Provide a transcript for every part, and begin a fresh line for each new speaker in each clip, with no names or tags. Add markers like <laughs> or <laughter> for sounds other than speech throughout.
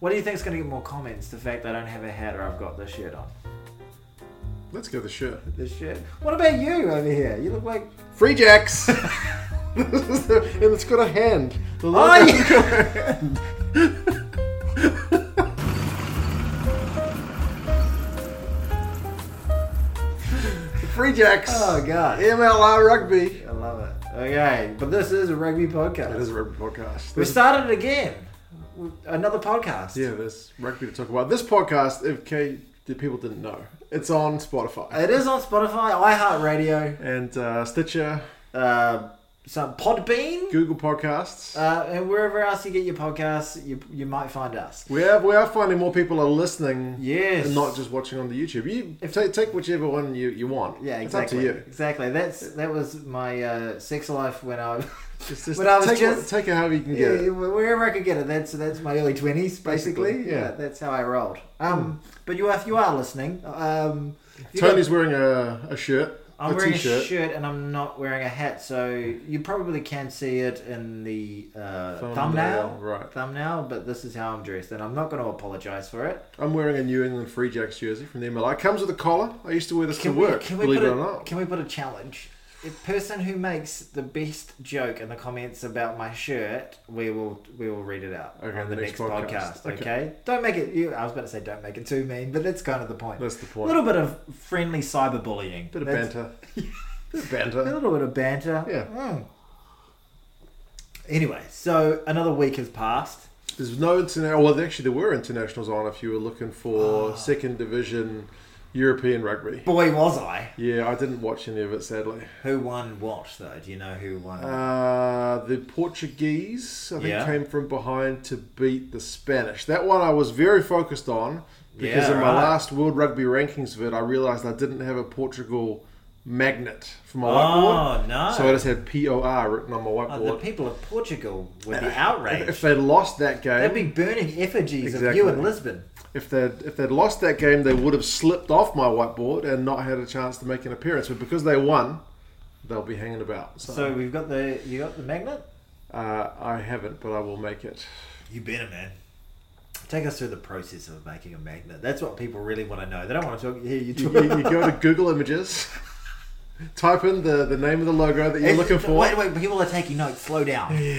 What do you think is going to get more comments? The fact I don't have a hat or I've got this shirt on.
Let's go the shirt.
This shirt. What about you over here? You look like. <laughs>
Free <laughs> Jacks! and it's got a hand. The
Oh,
logo's
yeah.
got a hand. <laughs> Free E Jacks!
Oh god.
MLR Rugby.
I love it. Okay, but this is a rugby podcast.
That is a rugby podcast.
we
This-
started again. Another podcast.
yeah, there's rugby to talk about. This podcast, if K, the people didn't know, it's on Spotify
It is on Spotify, iHeartRadio,
and uh, Stitcher,
uh, some Podbean,
Google Podcasts.
uh, and wherever else you get your podcasts, you you might find us.
we are we are finding more people are listening
Yes.
and not just watching on the YouTube. You
If-
take take whichever one you, you want.
Yeah,
It's up to
exactly.
you.
Exactly. That's that was my uh, sex life when I
Just, just
When I was
take, what-
just-
take it however you can get
yeah,
it.
wherever I could get it. That's that's my early twenties, basically.
Basically,
yeah.
yeah. Hmm.
that's how I rolled. Um, but you if you are listening, um, if you
Tony's wearing a, a shirt,
I'm
a
wearing
t-shirt.
a shirt and I'm not wearing a hat, so you probably can see it in the uh, thumbnail.
Thumbnail, right.
Thumbnail, but this is how I'm dressed, and I'm not going to apologise for it.
I'm wearing a New England Free Jacks jersey from the MLR. It comes with a collar. I used to wear this to work, believe
put
it
a,
or not.
Can we put a challenge? The person who makes the best joke in the comments about my shirt, we will we will read it out
Okay,
on the,
the
next,
next
podcast.
podcast.
Okay.
Okay.
don't make it. You, I was about to say don't make it too mean, but that's kind of the point.
That's the
a
point.
little bit of friendly cyberbullying.
bit of
That's- <laughs>
banter. bit of
A
banter.
little bit of banter.
Yeah.
Mm. Anyway, so another week has passed.
There's no international. Well, actually, there were internationals on if you were looking
Ah.
for second division European rugby.
Boy, was I.
Yeah, I didn't watch any of it, sadly.
Who won what, though? Do you know who won?
Uh, the Portuguese, I think,
Yeah.
came from behind to beat the Spanish. That one I was very focused on because
Yeah,
in my
right.
last World Rugby Rankings vid, I realised I didn't have a Portugal magnet for my whiteboard.
oh, no.
So I just had POR written on my
Oh, the
whiteboard.
people of Portugal would be
if, Uh, if
outraged.
they'd lost that
They'd
game,
be burning effigies of you
Exactly.
in Lisbon.
if they'd if they'd lost that game, they would have slipped off my whiteboard and not had a chance to make an appearance. But because they won, they'll be hanging about. So,
So we've got the you got the magnet.
uh, I haven't, but I will make it.
You better, man. Take us through the process of making a magnet. That's what people really want to know. They don't want to talk. Hear you
You,
talk.
you,
<laughs>
you go to Google Images, type in the, the name of the logo that you're looking for,
Wait, wait. People are taking notes. Slow down. <laughs>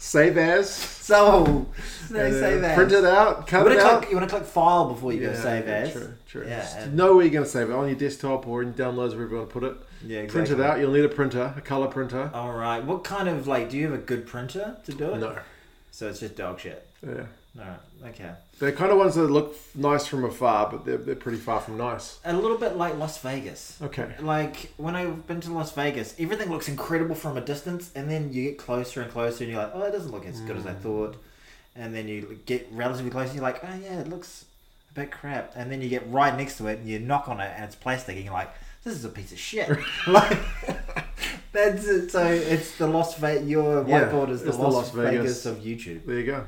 save as,
So they
and then
say that.
print it out,
you
cut
want
it
to
out.
click. You want to click file before you go
Yeah,
save
yeah,
as.
True, true.
Yeah,
Just
and-
know where you're going to save it on your desktop or in downloads where everyone put it.
Yeah,
Print it out. You'll need a printer, a color printer.
All right. What kind of like? Do you have a Oh, good printer to do it?
No.
So it's just dog shit.
Yeah.
All right. Okay.
They're kind of ones that look f- nice from afar, but they're, they're pretty far from nice.
A little bit like Las Vegas.
Okay.
Like when I've been to Las Vegas, everything looks incredible from a distance, and then you get closer and closer, and you're like, "Oh, it doesn't look as good as
Mm.
I thought." And then you get relatively close, and you're like, "Oh yeah, it looks a bit crap." And then you get right next to it, and you knock on it, and it's plastic, and you're like, "This is a piece of shit." <laughs> like that's it. So it's the Las Vegas. Your
Yeah,
whiteboard is the,
it's the
Las,
Las
Vegas.
Vegas.
of YouTube.
There you go.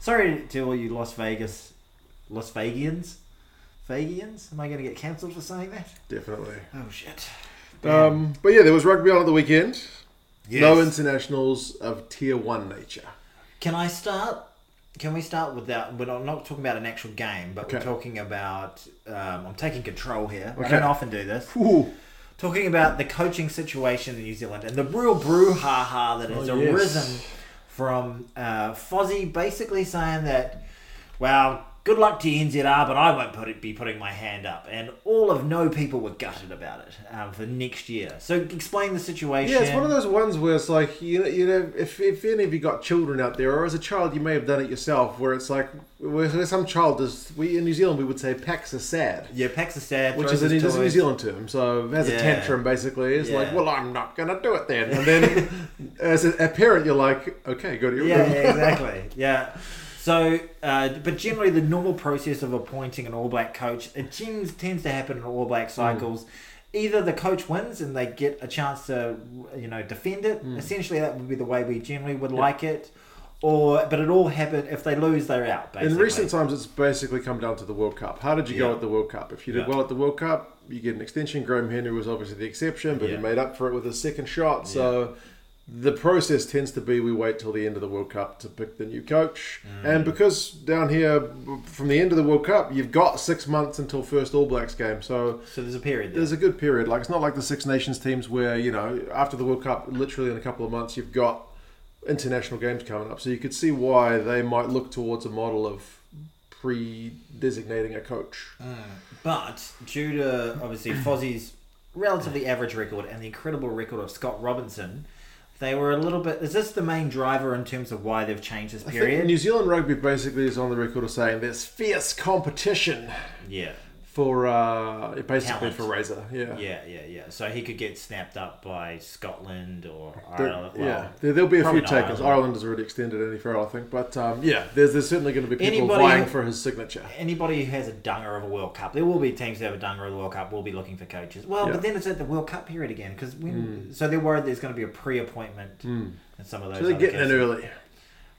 Sorry to all you Las Vegas, Las Vegians, Vegians. Am I going to get cancelled for saying that?
Definitely.
Oh shit.
Um, but yeah, there was rugby on at the weekend. No
Yes.
internationals of tier one nature.
Can I start? Can we start without? We're not, not talking about an actual game, but we're
Okay.
talking about. Um, I'm taking control here. I
Okay.
don't often do this.
Ooh.
Talking about the coaching situation in New Zealand and the real brouhaha that has
Oh, yes.
arisen from uh, Fozzie basically saying that, well, good luck to NZR, but I won't put it, be putting my hand up. And all of no people were gutted about it um, for next year. So explain the situation.
Yeah, it's one of those ones where it's like you know, you know, if, if any of you got children out there, or as a child you may have done it yourself, where it's like where where some child does. We in New Zealand we would say packs are sad.
Yeah, Pakistan.
Which is a, is a New Zealand term, so has
Yeah.
a tantrum basically. It's like,
Yeah.
well, I'm not gonna do it then.
<laughs>
And then, as a, a parent, you're like, okay, go to your
yeah,
room. <laughs>
yeah, exactly. Yeah. So, uh, but generally, the normal process of appointing an All Black coach it tends, tends to happen in All
Hmm.
Black cycles. Either the coach wins and they get a chance to, you know, defend it.
Hmm.
Essentially, that would be the way we generally would like it. Or, but it all happened if they lose, they're out. Basically.
In recent times, it's basically come down to the World Cup. How did you
Yeah.
go at the World Cup? If you did
Yeah.
well at the World Cup, you get an extension. Graham Henry was obviously the exception, but
Yeah.
he made up for it with his second shot. So the process tends to be we wait till the end of the World Cup to pick the new coach.
Mm.
And because down here, from the end of the World Cup, you've got six months until first All Blacks game. So
So there's a period there.
there's a good period. Like, it's not like the Six Nations teams where, you know, after the World Cup, literally in a couple of months, you've got international games coming up. So you could see why they might look towards a model of pre designating a coach.
Uh, But due to obviously Fozzie's relatively average record and the incredible record of Scott Robinson, they were a little bit. Is this the main driver in terms of why they've changed this
I think
period?
New Zealand rugby basically is on the record of saying there's fierce competition
yeah,
for uh, basically
Talent.
for Razor. Yeah.
yeah, yeah, yeah. So he could get snapped up by Scotland or
There-
Ireland. Well,
yeah, there, will be a
probably
few
not
takers.
Ireland.
Ireland has already extended any further, I think. But um, yeah, there's, there's certainly going to be people
Anybody
vying
who-
for his signature.
Anybody who has a dunger of a World Cup, there will be teams that have a dunger of the World Cup will be looking for coaches. Well,
Yeah. Hmm.
but then it's at the World Cup period again because when so they're worried there's going to be a pre-appointment and some of those.
So they're
other
getting in
cases.
early.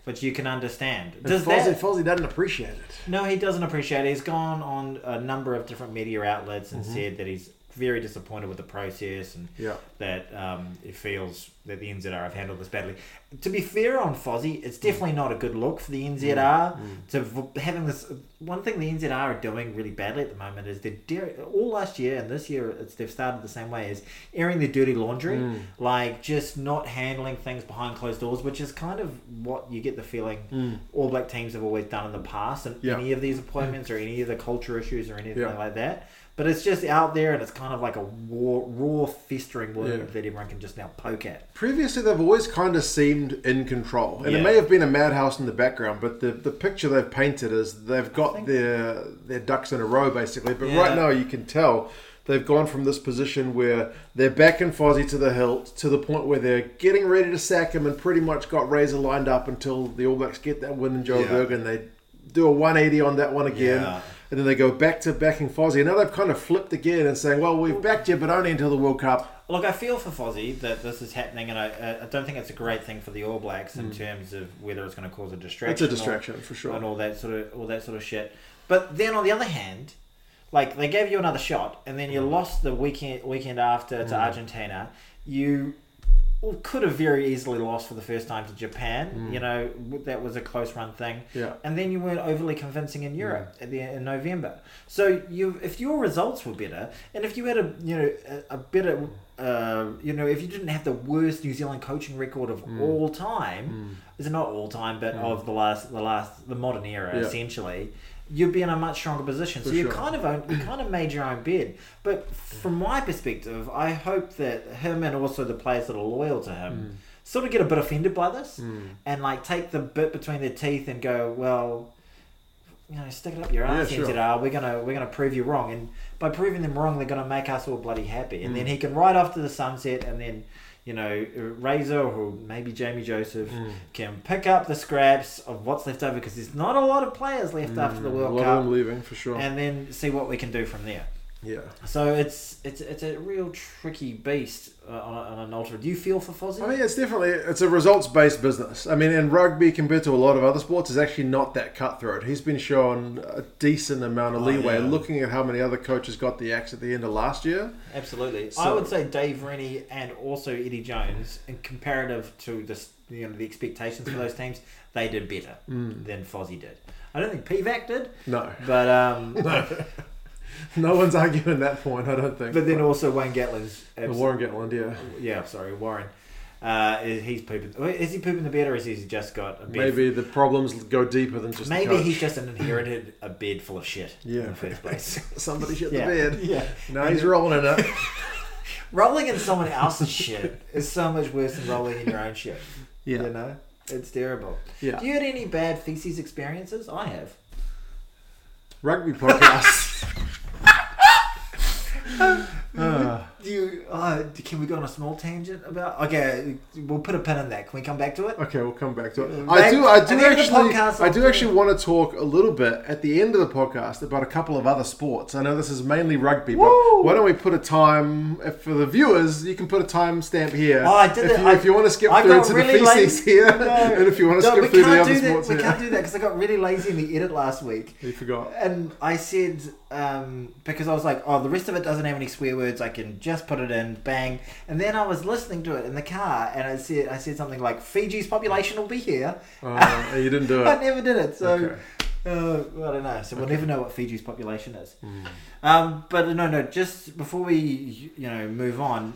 But you can understand.
Does
Does
Fozzie,
that
Fozzie doesn't appreciate it.
No, he doesn't appreciate it. He's gone on a number of different media outlets
Mm-hmm.
and said that he's very disappointed with the process and
Yeah.
that um, it feels that the NZR have handled this badly. To be fair on Fozzie, it's definitely not a good look for the NZR to v- having this. One thing the NZR are doing really badly at the moment is they're dar- all last year and this year it's, they've started the same way is airing their dirty laundry, like just not handling things behind closed doors, which is kind of what you get the feeling All Black teams have always done in the past, and
Yeah.
any of these appointments or any of the culture issues or anything
Yeah.
like that. But it's just out there, and it's kind of like a raw, raw festering wound
Yeah.
that everyone can just now poke at.
Previously, they've always kind of seemed in control, and it
Yeah.
may have been a madhouse in the background, but the, the picture they've painted is they've got
think-
their their ducks in a row basically. But right
Yeah.
now, you can tell they've gone from this position where they're backing Fozzie to the hilt to the point where they're getting ready to sack him, and pretty much got Razor lined up until the All Blacks get that win in Joburg, and they do a 180 on that one again.
Yeah.
And then they go back to backing Fozzie. And now they've kind of flipped again and saying, well, we've backed you, but only until the World Cup.
Look, I feel for Fozzie that this is happening, and I, I- I don't think it's a great thing for the All Blacks in terms of whether it's going to cause a distraction.
Mm. It's a
or-
distraction, for sure.
and all that sort of all that sort of shit. But then on the other hand, like they gave you another shot, and then you lost the weekend weekend after to Argentina. You could have very easily lost for the first time to Japan. You know w- that was a close run thing.
Yeah.
And then you weren't overly convincing in Europe
Mm.
at the, in November. So you, if your results were better, and if you had a you know a, a better uh, you know if you didn't have the worst New Zealand coaching record of
Mm.
all time, is it not all time, but of the last the last the modern era
Yeah.
essentially. You'd be in a much stronger position, so
For
you
sure. Mm.
kind of own, you kind of made your own bed. But from my perspective, I hope that him and also the players that are loyal to
Mm.
him
Um,
sort of get a bit offended by this and like take the bit between their teeth and go, well, you know, stick it up your ass,
Yeah, sure.
NZR. We're gonna we're gonna prove you wrong, and by proving them wrong, they're gonna make us all bloody happy. And then he can ride off to the sunset, and then you know, Razor or maybe Jamie Joseph can pick up the scraps of what's left over because there's not a lot of players left after the
a
World
lot of them
Cup,
leaving, for sure.
and then see what we can do from there.
yeah.
So it's it's it's a real tricky beast uh, on, a, on an altar. Do you feel for Fozzie?
I mean, it's definitely it's a results based business. I mean, and rugby compared to a lot of other sports is actually not that cutthroat. He's been shown a decent amount of
Oh,
leeway.
yeah.
Looking at how many other coaches got the axe at the end of last year,
Absolutely. I
So-
would say Dave Rennie and also Eddie Jones, in comparative to this, you know, the expectations for those teams, they did better
Mm.
than Fozzie did. I don't think PVAC did,
no,
but um,
<laughs> no one's arguing that point. I don't think.
but then also Wayne Gatlin's.
But
abs-
Warren Gatland, yeah,
yeah, sorry, Warren. Uh, is- he's pooping. Is he pooping the bed, or is he just got a bed?
maybe the problems go deeper than just. the
Maybe
coach.
he's just an inherited a bed full of shit.
Yeah.
in the
<laughs>
first place.
somebody shit
yeah,
the bed.
yeah.
No, he's rolling in it.
Rolling in someone else's shit is so much worse than rolling in your own shit. You
Yeah,
know? It's terrible.
yeah.
Do you had any bad feces experiences? I have.
Rugby <laughs> podcast. Ah.
Do you? Uh, can we go on a small tangent about? Okay, we'll put a pin in that. Can we come back to it?
Okay, we'll come back to it.
Yeah.
I do, I
Mm. Back- at
do
the end of the
actually,
podcast,
I do
I'll-
actually want to talk a little bit at the end of the podcast about a couple of other sports. I know this is mainly rugby,
Woo!
but why don't we put a time if for the viewers? You can put a time stamp here.
Oh, I did
if,
it.
You,
I-
if you want to skip
I
through
got
to
really
the feces
late.
here,
No.
<laughs> and if you want to
No, we
skip through the
can't
other
do that.
sports
We
here,
can't do that because I got really lazy in the edit last week.
you forgot.
And I said, um, because I was like, oh, the rest of it doesn't have any swear words. I can just put it in, bang. And then I was listening to it in the car, and I said, I said something like, "Fiji's population will be here."
Uh, you
<laughs>
didn't do
I
it.
never did it, so
Okay.
uh, I don't know. So we'll never know what Fiji's population is.
Hmm.
Um, but no, no. Just before we, you know, move on,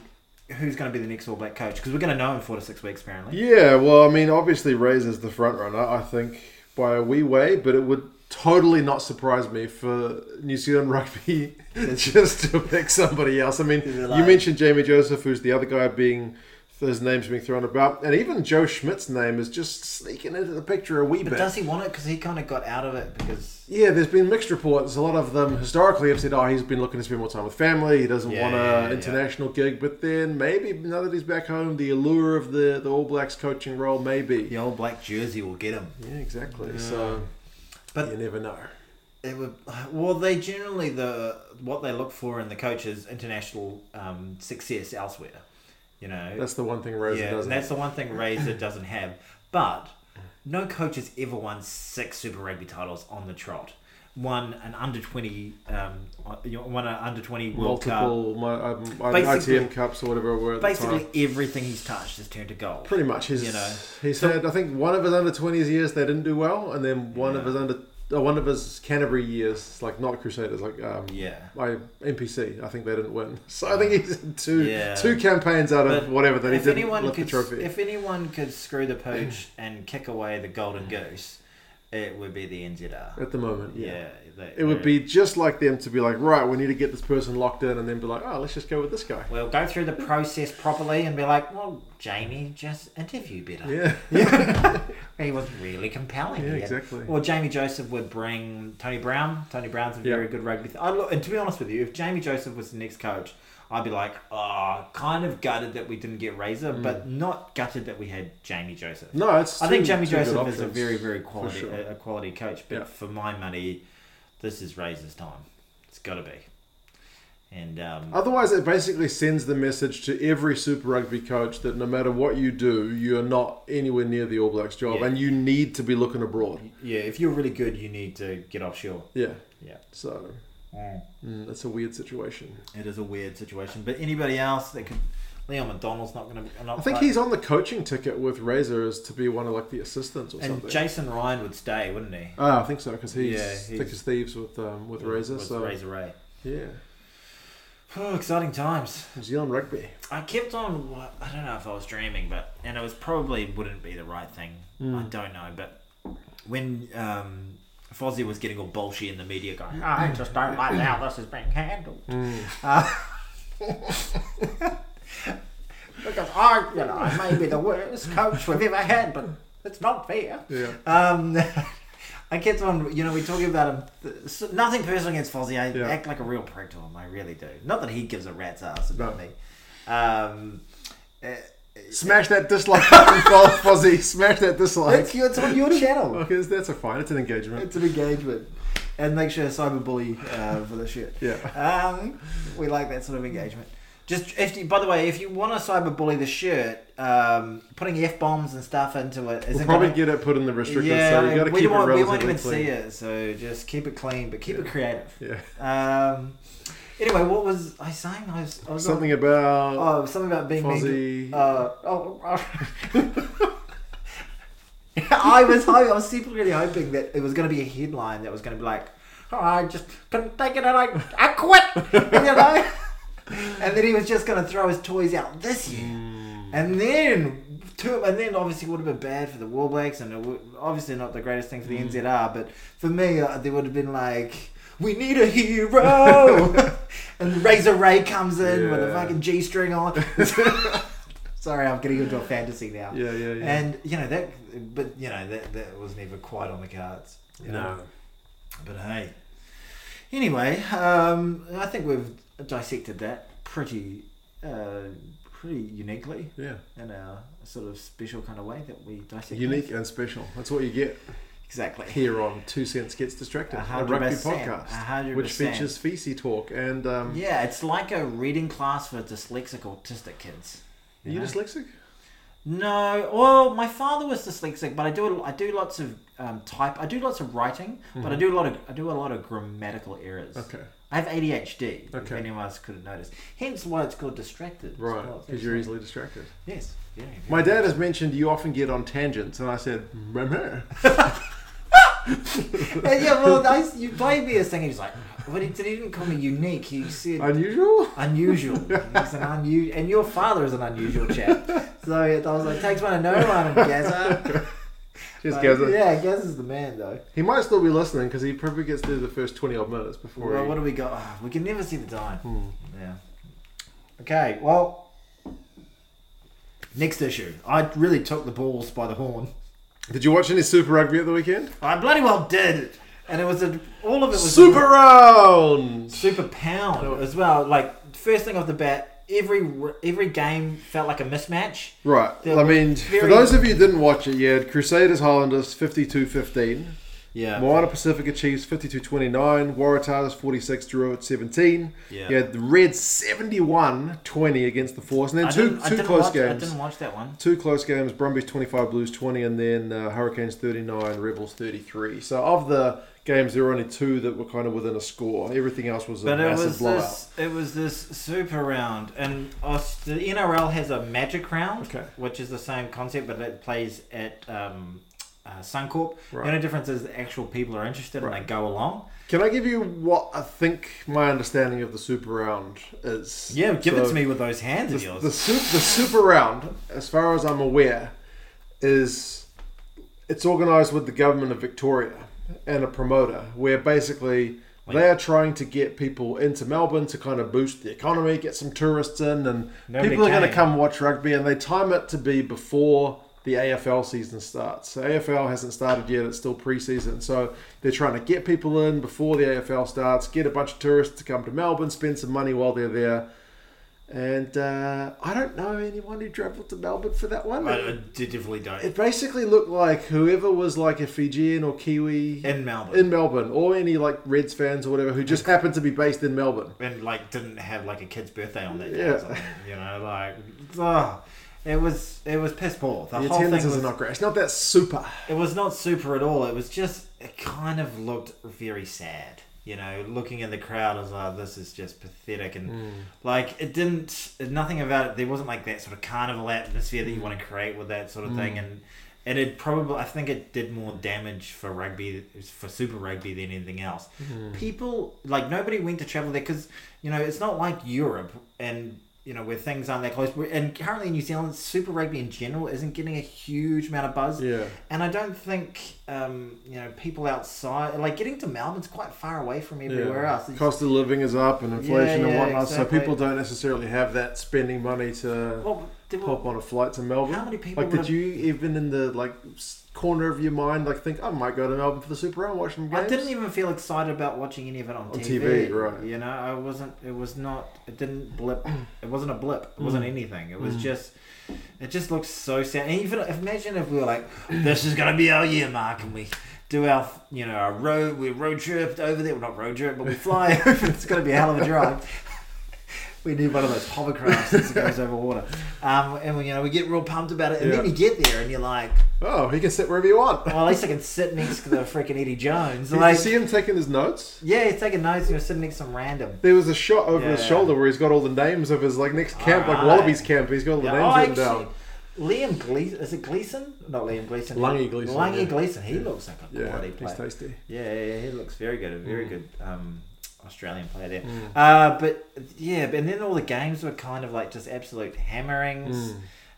who's going to be the next All Black coach? Because we're going to know in four to six weeks, apparently.
Yeah, well, I mean, obviously Ray's is the front runner, I think, by a wee way, but it would totally not surprise me for New Zealand <laughs> rugby just to pick somebody else. I mean,
Is it
you
like-
mentioned Jamie Joseph, who's the other guy being his name's being thrown about, and even Joe Schmidt's name is just sneaking into the picture a wee
But
bit.
does he want it? Because he kind of got out of it because
Yeah, there's been mixed reports. A lot of them historically have said, "Oh, he's been looking to spend more time with family. He doesn't
Yeah,
want
yeah, yeah,
an
yeah.
international gig." But then maybe now that he's back home, the allure of the, the All Blacks coaching role, maybe.
the old black jersey will get him.
Yeah, exactly. So,
But-
you never know.
It would, well, they generally the what they look for in the coach is international um, success elsewhere. You know,
That's the one thing Rosa
yeah,
doesn't.
and that's the one thing Razor doesn't have. But no coach has ever won six Super Rugby titles on the trot. Won an under twenty, um, you know, won an under twenty World Cup.
multiple my, um, um,
Basically-
ITM cups or whatever were at the
Basically,
time.
everything he's touched has turned to gold.
Pretty much, he's
you know.
he's
So-
had I think one of his under twenties years they didn't do well, and then one of
Yeah.
his under uh, one of his Canterbury years, like not Crusaders, like um,
Yeah.
my NPC. I think they didn't win, <laughs> so I think he's in two
Yeah.
two campaigns out of
But
whatever that he
if
didn't
anyone
lift the
could,
trophy.
if anyone could screw the
<clears throat>
pooch and kick away the golden goose, it would be the NZR.
at the moment, yeah.
Yeah, they-
It would
they're-
be just like them to be like, right, we need to get this person locked in, and then be like, oh, let's just go with this guy.
We'll go through the process properly and be like, well, Jamie, just interview better. <laughs>
Yeah,
He was really compelling.
Yeah,
He had-
exactly.
Or Jamie Joseph would bring Tony Brown. Tony Brown's a
Yeah.
very good rugby. Th- I look, and to be honest with you, if Jamie Joseph was the next coach, I'd be like, oh, kind of gutted that we didn't get Razor,
Mm.
but not gutted that we had Jamie Joseph.
No, it's.
I
two-
think Jamie
two good
Joseph is a
options,
very, very
for
quality,
sure.
a, a quality coach. But
Yeah.
for my money, this is Razor's time. It's got to be. And um,
Otherwise, it basically sends the message to every Super Rugby coach that no matter what you do, you are not anywhere near the All Blacks job,
Yeah.
and you need to be looking abroad.
yeah, if you're really good, you need to get offshore.
Yeah.
Yeah.
So mm, that's a weird situation.
It is a weird situation. But anybody else that could, Leon McDonald's not going to.
I think he's on the coaching ticket with Razor as to be one of like the assistants or
And
something.
Jason Ryan would stay, wouldn't he?
Ah, I think so because he's,
Yeah, he's-
thick as thieves with um, with Razor.
With
So
Razor Ray.
yeah,
Oh, exciting times.
New Zealand rugby.
I kept on. wa- I don't know if I was dreaming, but and it was probably wouldn't be the right thing.
Hmm.
I don't know, but when um, Fozzie was getting all bullshit in the media, going, "I just don't like how this is being handled,"
Hmm.
Uh, <laughs> because I, you know, I may be the worst coach we've ever had, but it's not fair.
Yeah.
Um, <laughs> I kept on, you know, we talking about him. So nothing personal against Fozzie. I
Yeah.
act like a real prick to him. I really do. Not that he gives a rat's ass about
No.
me. Um, uh,
Smash that dislike button, Fo- Fozzie. Smash that dislike.
it's, it's <laughs> on your channel.
Okay, that's a fine. It's an engagement.
It's an engagement. And make sure to cyberbully uh, for the shit.
Yeah.
Um, we like that sort of engagement. Just if you, by the way, if you want to cyberbully the shirt, um, putting f bombs and stuff into it is
We'll probably get it put in the restricted, so you got to
we,
keep it
won't, we
relatively
won't even
clean.
see it, so just keep it clean, but keep it creative.
Yeah,
Um, anyway, what was I saying? I was, I was
something about
On, oh, something about being mean to-
Fozzie.
Uh, oh, <laughs> I was hoping, I was secretly hoping that it was going to be a headline that was going to be like, oh, I just couldn't take it and I, I quit, <laughs> you know? and then he was just going to throw his toys out this year. And then, two, and then obviously it would have been bad for the War Blacks, and it would, obviously not the greatest thing for
Mm.
the NZR. But for me, uh, there would have been like, "We need a
<laughs>
hero," and Razor Ray comes in with a
Yeah.
fucking G string
<laughs>
on. Sorry, I'm getting into a fantasy now.
yeah, yeah, yeah.
Oh, And you know that, but you know that that was never quite on the cards. you know. But hey. Anyway, um, I think we've dissected that pretty, uh, pretty uniquely
Yeah,
in a sort of special kind of way that we dissect.
unique and special. That's what you get
Exactly.
here on Two Cents Gets Distracted, a
100%,
rugby podcast,
100%.
which features feces talk. And um,
Yeah, it's like a reading class for dyslexic autistic kids.
are you
know?
dyslexic?
No, well, my father was dyslexic, but I do I do lots of uh, um, type. I do lots of writing, but I do a lot of I do a lot of grammatical errors.
Mm-hmm. Okay.
I have ADHD. If
Okay.
anyone else couldn't notice, hence why it's called distracted. as
Right.
well.
Because you're easily distracted.
Yes. Yeah, yeah.
My dad has mentioned you often get on tangents, and I said, "Remember?"
yeah, <laughs> yeah, well, I, you played me as thing. He's like, but he, he didn't call me unique. He said <laughs>
Unusual. <laughs>
unusual. He's an unusual, and your father is an unusual chap. So I was like, takes one to know
<laughs>
one, Gazza.
Just
But,
goes.
Yeah, Gazza's the man though.
He might still be listening because he probably gets through the first twenty odd minutes before.
Well,
he...
what do we got? Ah, we can never see the time.
Hmm.
Yeah. Okay. Well, next issue. I really took the balls by the horn.
Did you watch any Super Rugby at the weekend?
I bloody well did, and it was a, all of it was
Super round.
super pound as well. Like first thing off the bat, every every game felt like a mismatch.
Right.
There
I
were
mean, for
very-
those of you who didn't watch it, yeah, Crusaders Highlanders 52-15.
Yeah.
Moana Pacific achieves 52-29. Waratahs 46 drew at 17.
Yeah.
Yeah, the Reds 71-20 against the Force. And then
I
two,
didn't- I
two
didn't
close
watch- I
games.
didn't watch that one.
Two close games, Brumbies 25, Blues 20, and then uh, Hurricanes 39, Rebels 33. So of the games, there were only two that were kind of within a score. Everything else was a
But it
massive
was
blowout.
this. It was this super round, and Aus- the NRL has a magic round,
Okay.
which is the same concept, but it plays at um, uh, Suncorp.
Right.
The only difference is the actual people are interested
Right.
and they go along.
Can I give you what I think my understanding of the Super Round is?
Yeah, give it
So-
to me with those hands of yours.
The super, the super round, as far as I'm aware, is it's organised with the government of Victoria and a promoter, where basically they are trying to get people into Melbourne to kind of boost the economy, get some tourists in, and
Nobody
people are going to
came.
come watch rugby, and they time it to be before. The AFL season starts. So AFL hasn't started yet; it's still preseason. So they're trying to get people in before the AFL starts, get a bunch of tourists to come to Melbourne, spend some money while they're there, and uh, I don't know anyone who travelled to Melbourne for that one.
I, I definitely don't.
it basically looked like whoever was like a Fijian or Kiwi
In Melbourne.
in Melbourne, or any like Reds fans or whatever, who just happened to be based in Melbourne.
and like didn't have like a kid's birthday on that day
Yeah.
or something. You know, like ugh. it was it was piss poor. The,
The
whole thing
attendances
was
are not great. It's not that super.
it was not super at all. It was just it kind of looked very sad. You know, looking in the crowd, I was like, "This is just pathetic," and like it didn't. Nothing about it. There wasn't like that sort of carnival atmosphere that you want to create with that sort of thing, and and it probably. I think it did more damage for rugby, for Super Rugby than anything else. People like nobody went to travel there because you know it's not like Europe and you know where things aren't that close. And currently, in New Zealand, Super Rugby in general isn't getting a huge amount of buzz.
Yeah.
And I don't think um, you know people outside like getting to Melbourne's quite far away from everywhere else. It's-
Cost of living is up and inflation
Yeah,
and
yeah,
whatnot,
exactly.
so people don't necessarily have that spending money to
well, there were-
pop on a flight to Melbourne.
How many people
Like,
would have-
did you even in the like s- corner of your mind like think I might go to Melbourne for the Super Round, watch some games?
I didn't even feel excited about watching any of it on,
On
TV.
TV, right.
You know, I wasn't. It was not. It didn't blip. <clears throat> It wasn't a blip. It
Mm.
wasn't anything. It was just. It just looked so sad. And even imagine if we were like, this is gonna be our year, Mark, and we do our, you know, our road. We road trip over there. Well, not road trip, but we
<laughs>
fly over. It's gonna be a hell of a drive. <laughs> We need one of those hovercrafts that goes over water, um, and we, you know we get real pumped about it. And then
Yeah.
you get there, and you're like,
Oh, he can sit wherever you want.
"Well, at least I can sit next to the freaking Eddie Jones."
Did
Like,
you see him taking his notes?
yeah, he's taking notes. You're sitting next to some random.
There was a shot over his
Yeah.
shoulder where he's got all the names of his like next camp, like
Alright.
Wallabies camp. He's got all the
Yeah,
names
oh,
written
actually,
down.
Liam Gleason is it Gleason? Not Liam Gleason.
Lange Gleeson,
Lange
yeah.
Gleason. He looks like a
Yeah,
quality
he's Mm.
player.
tasty.
Yeah, yeah, yeah, he looks very good. A very good um, Australian player there. Uh, but yeah, but- and then all the games were kind of like just absolute hammerings.
Mm.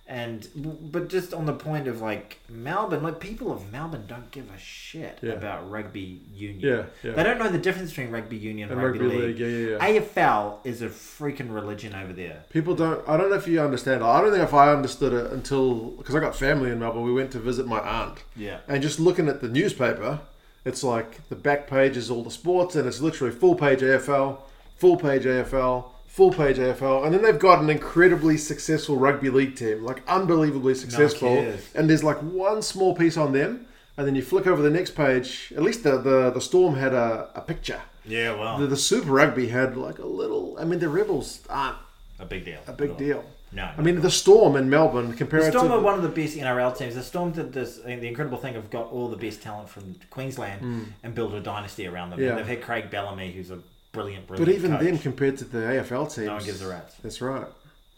And but just on the point of like Melbourne, like people of Melbourne don't give a shit
Yeah.
about rugby union.
Yeah, yeah.
They don't know the difference between rugby union and,
And
rugby, league.
yeah, yeah, yeah.
AFL is a freaking religion over there.
People don't. I don't know if you understand. I don't think if I understood it until because I got family in Melbourne. We went to visit my aunt,
Yeah.
and just looking at the newspaper, it's like the back page is all the sports, and it's literally full page AFL, full page AFL, full page AFL, and then they've got an incredibly successful rugby league team, like unbelievably successful.
kidding.
and there's like one small piece on them, and then you flick over the next page. At least the the, the Storm had a, a picture.
Yeah, well,
The, the Super Rugby had like a little. I mean, the Rebels aren't
a big deal.
a big deal.
No.
I mean, the Storm in Melbourne
The
compared
Storm
to
are one of the best NRL teams. The Storm did this I mean, the incredible thing of got all the best talent from Queensland and built a dynasty around them.
Yeah.
they've had Craig Bellamy, who's a brilliant, brilliant.
But even
coach.
then, compared to the AFL teams,
no one gives a rat's.
That's right.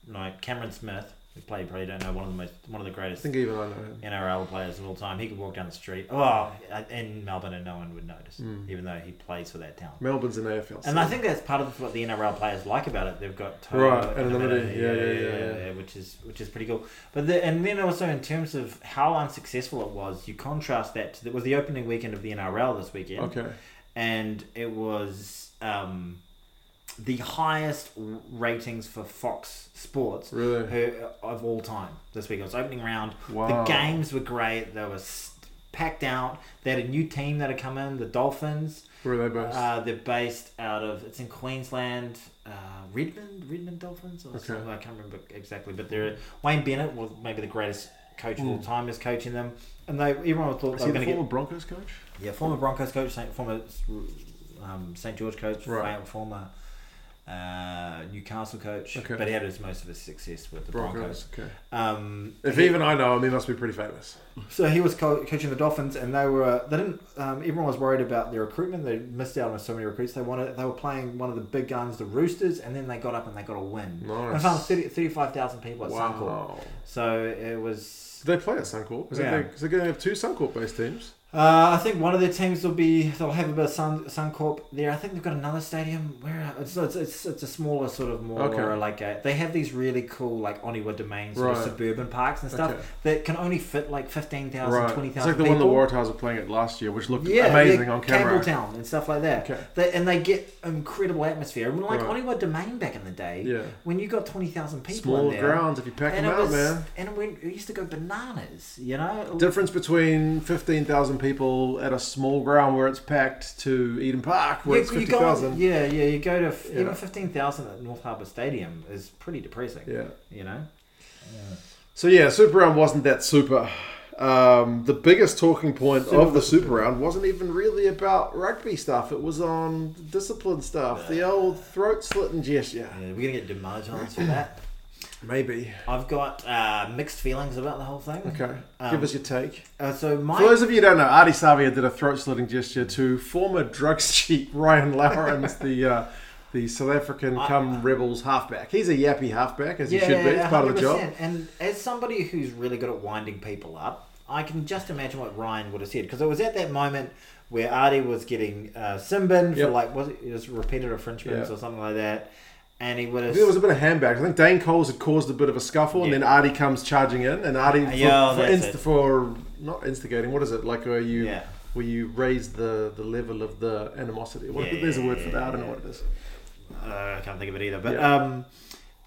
No, Cameron Smith, who played, you probably don't know, one of the most, one of the
I
greatest
think even I know. him.
NRL players of all time. He could walk down the street, oh, in Melbourne, and no one would notice, even though he plays for that talent.
Melbourne's an AFL.
And
team.
I think that's part of what the NRL players like about it. They've got
Right,
and anonymity,
anonymity. Yeah, yeah, yeah, yeah.
which is which is pretty cool. But the, and then also in terms of how unsuccessful it was, you contrast that to it was the opening weekend of the NRL this weekend,
okay.
and it was um, the highest w- ratings for Fox Sports
Really?
who- of all time this week. It was opening round.
Wow.
The games were great. They were s- packed out. They had a new team that had come in, the Dolphins.
Where are they based?
Uh, they're based out of it's in Queensland, uh, Redmond, Redmond Dolphins. Or
Okay.
something. I can't remember exactly, but they're Wayne Bennett was maybe the greatest coach of all time is coaching them, and they everyone thought
Hmm. Is
they were
he the
going to
former
get
Broncos coach?
yeah former Broncos coach, Saint, former um, St George coach,
Right.
fa- former uh, Newcastle coach,
Okay.
but he had his, most of his success with the Broncos.
Broncos. Okay.
Um,
If
he-
even I know him, he must be pretty famous.
so he was co- coaching the Dolphins, and they were they didn't. Um, everyone was worried about their recruitment. They missed out on so many recruits. They wanted they were playing one of the big guns, the Roosters, and then they got up and they got a win.
Nice.
And found 30, 35,000 people at Suncorp.
Wow.
So it was.
Do they play at Suncorp? Is,
Yeah.
it, is it going to have two Suncorp based teams?
Uh, I think one of their teams will be they'll have a bit of Sun Suncorp there. I think they've got another stadium where it's it's it's, it's a smaller sort of more
Okay.
like a, they have these really cool like Oniwa domains or
Right.
suburban parks and stuff
Okay.
that can only fit like 15,000,
Right. It's
20,000
like the
people.
one the Waratahs were playing at last year, which looked
yeah,
amazing
yeah,
on camera.
Campbelltown and stuff like that.
Okay.
They, and they get incredible atmosphere. And like
Right.
Oniwa Domain back in the day,
Yeah.
when you got twenty thousand people in
Smaller
there,
grounds if you pack
and
them
it
out,
was,
man.
and we, we used to go bananas. You know,
Difference between 15,000 people at a small ground where it's packed to Eden Park where
you,
it's
you go,
50,000.
yeah, yeah, you go to f
Yeah.
even fifteen thousand at North Harbour Stadium is pretty depressing.
Yeah.
You know,
So yeah, Super Round wasn't that super. Um, the biggest talking point
Super
of the Super Round wasn't even really about rugby stuff. It was on discipline stuff, the old throat slitting gesture.
Yeah, Uh, we're gonna get demotivated for that.
Maybe.
I've got uh, mixed feelings about the whole thing.
Okay.
Um,
Give us your take.
Uh, so my
For those of you who don't know, Artie Savia did a throat slitting gesture to former drugs <laughs> chief Ryan Lawrence, the uh, the South African come Rebels halfback. He's a yappy halfback, as he should be. It's part of the job.
100%. And as somebody who's really good at winding people up, I can just imagine what Ryan would have said because it was at that moment where Artie was getting uh, Simbin for
Yep.
like was it, it was repeated infringements
Yeah.
or something like that, and he would have.
There was a bit of handbags. I think Dane Coles had caused a bit of a scuffle, and
Yeah.
then Artie comes charging in, and Artie for,
Yeah,
for,
that's
inst-
it.
for not instigating. What is it like? Where you
Yeah.
where you raise the the level of the animosity? What,
Yeah,
there's a
yeah,
word for
yeah,
that. I don't
yeah.
know what it is.
uh, I can't think of it either, but
Yeah.
um.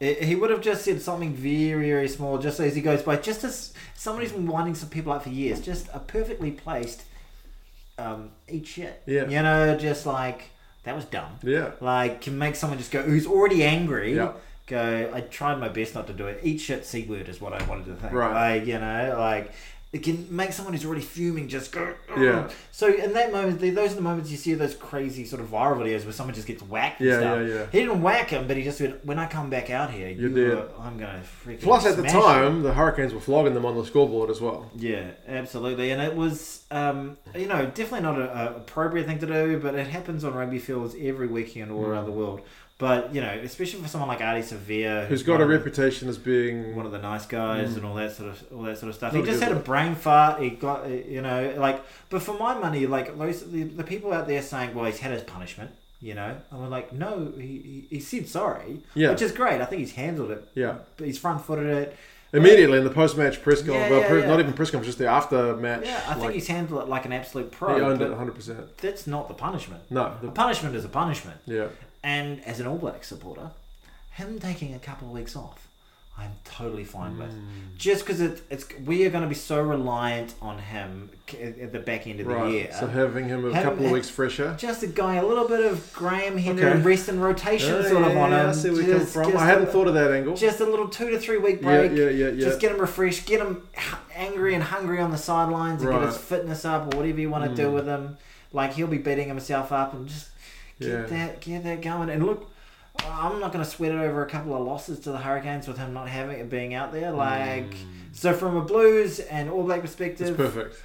it- He would have just said something very, very small, just as he goes by. Just as somebody's been winding some people up for years, just a perfectly placed, um, eat shit.
Yeah.
You know, just like that was dumb.
Yeah.
like can make someone just go who's already angry
Yeah.
go i tried my best not to do it eat shit c word is what i wanted to think
Right.
like you know like it can make someone who's already fuming just go "Ugh."
Yeah.
so in that moment th- those are the moments you see those crazy sort of viral videos where someone just gets whacked and
Yeah,
stuff.
yeah, yeah.
he didn't whack him but he just said when i come back out here you
You're
are,
dead.
i'm gonna freaking
Plus, at the
smash you."
time, the Hurricanes were flogging them on the scoreboard as well.
Yeah, absolutely, and it was, um, you know, definitely not a, a appropriate thing to do, but it happens on rugby fields every weekend all
Mm.
around the world. But you know, especially for someone like Artie Sevilla,
Who's got a
one of the-
reputation as being
one of the nice guys and all that sort of all that sort of stuff.
Not
he
a
just
good
had a
one.
brain fart. He got, uh, you know, like. But for my money, like those the, the people out there saying, "Well, he's had his punishment," you know, and we're like, "No, he he, he said sorry,"
Yeah.
which is great. I think he's handled it.
Yeah.
but he's front footed it.
Immediately in the post-match press conference,
Yeah,
well,
yeah,
pre-
yeah.
not even press conference, just the after-match.
Yeah, I think
like,
he's handled it like an absolute pro.
he owned
but-
it 100. percent
that's not the punishment.
No,
The
the,
punishment is a punishment.
yeah,
And as an All Black supporter, him taking a couple of weeks off, I'm totally fine with.
Hmm.
Just because it, it's we are going to be so reliant on him c- at at the back end of
right.
the year.
So having him a
Having-
couple of weeks fresher.
just a guy, a little bit of Graham Henry
Okay.
rest and rotation
Yeah,
sort of
yeah,
on
yeah,
him.
I see where you come
Just-
from.
just
I hadn't
a-
thought of that angle.
Just a little two to three week
yeah,
break.
yeah, yeah, yeah.
Just get him refreshed, get him h- angry and hungry on the sidelines, and get his
Right. Mm.
fitness up or whatever you want to do with him. Like he'll be beating himself up and just get
Yeah.
that, get that going. And look, I'm not going to sweat it over a couple of losses to the Hurricanes with him not having it being out
Mm.
there. Like, so from a Blues and All Black
It's
perspective,
perfect.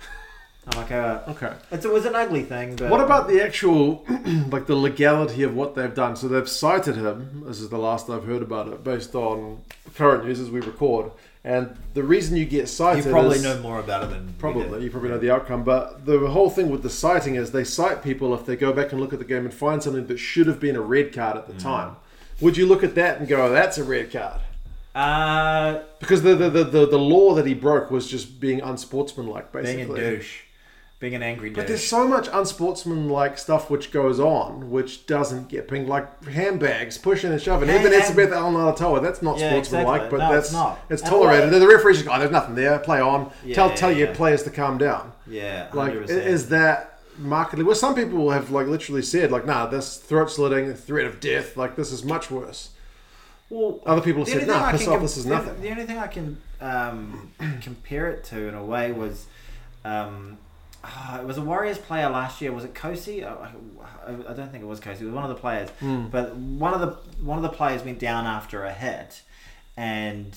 I'm okay. with it.
Okay.
It's, it was an ugly thing, but
What about the actual, <clears throat> like the legality of what they've done? So they've cited him. This is the last I've heard about it, based on current news as we record. And the reason you get
you
cited,
probably
is-
know more about it than we
Probably,
do.
you probably know the outcome. But the whole thing with the citing is they cite people if they go back and look at the game and find something that should have been a red card
Mm.
at the time. Would you look at that and go, oh, "That's a red card"?
Uh,
Because the the, the, the the law that he broke was just being unsportsmanlike,
being
basically.
a douche, being an angry
But
douche.
there's so much unsportsmanlike stuff which goes on, which doesn't get pinged, like handbags, pushing and shoving.
Hey,
Even
hey.
Elizabeth El Nalatoa, that's not
Yeah,
sportsmanlike,
exactly.
but
No,
that's
it's not.
it's
At
tolerated.
all.
And the referee's just, oh, there's nothing there, play on.
Yeah,
tell
yeah,
tell your
yeah.
players to calm down.
yeah,
Like, i-
100%.
is that markedly? Well, some people have like literally said, like, nah, this throat slitting, threat of death, like this is much worse.
well,
Other people have
the only
said,
thing
nah,
I
piss
can
off,
com-
this is
the-
nothing.
The only thing I can um, <clears throat> compare it to in a way was, um, ah, it was a Warriors player last year. Was it Kosi? I, I- I don't think it was Kosi. It was one of the players.
Hmm.
But one of the one of the players went down after a hit, and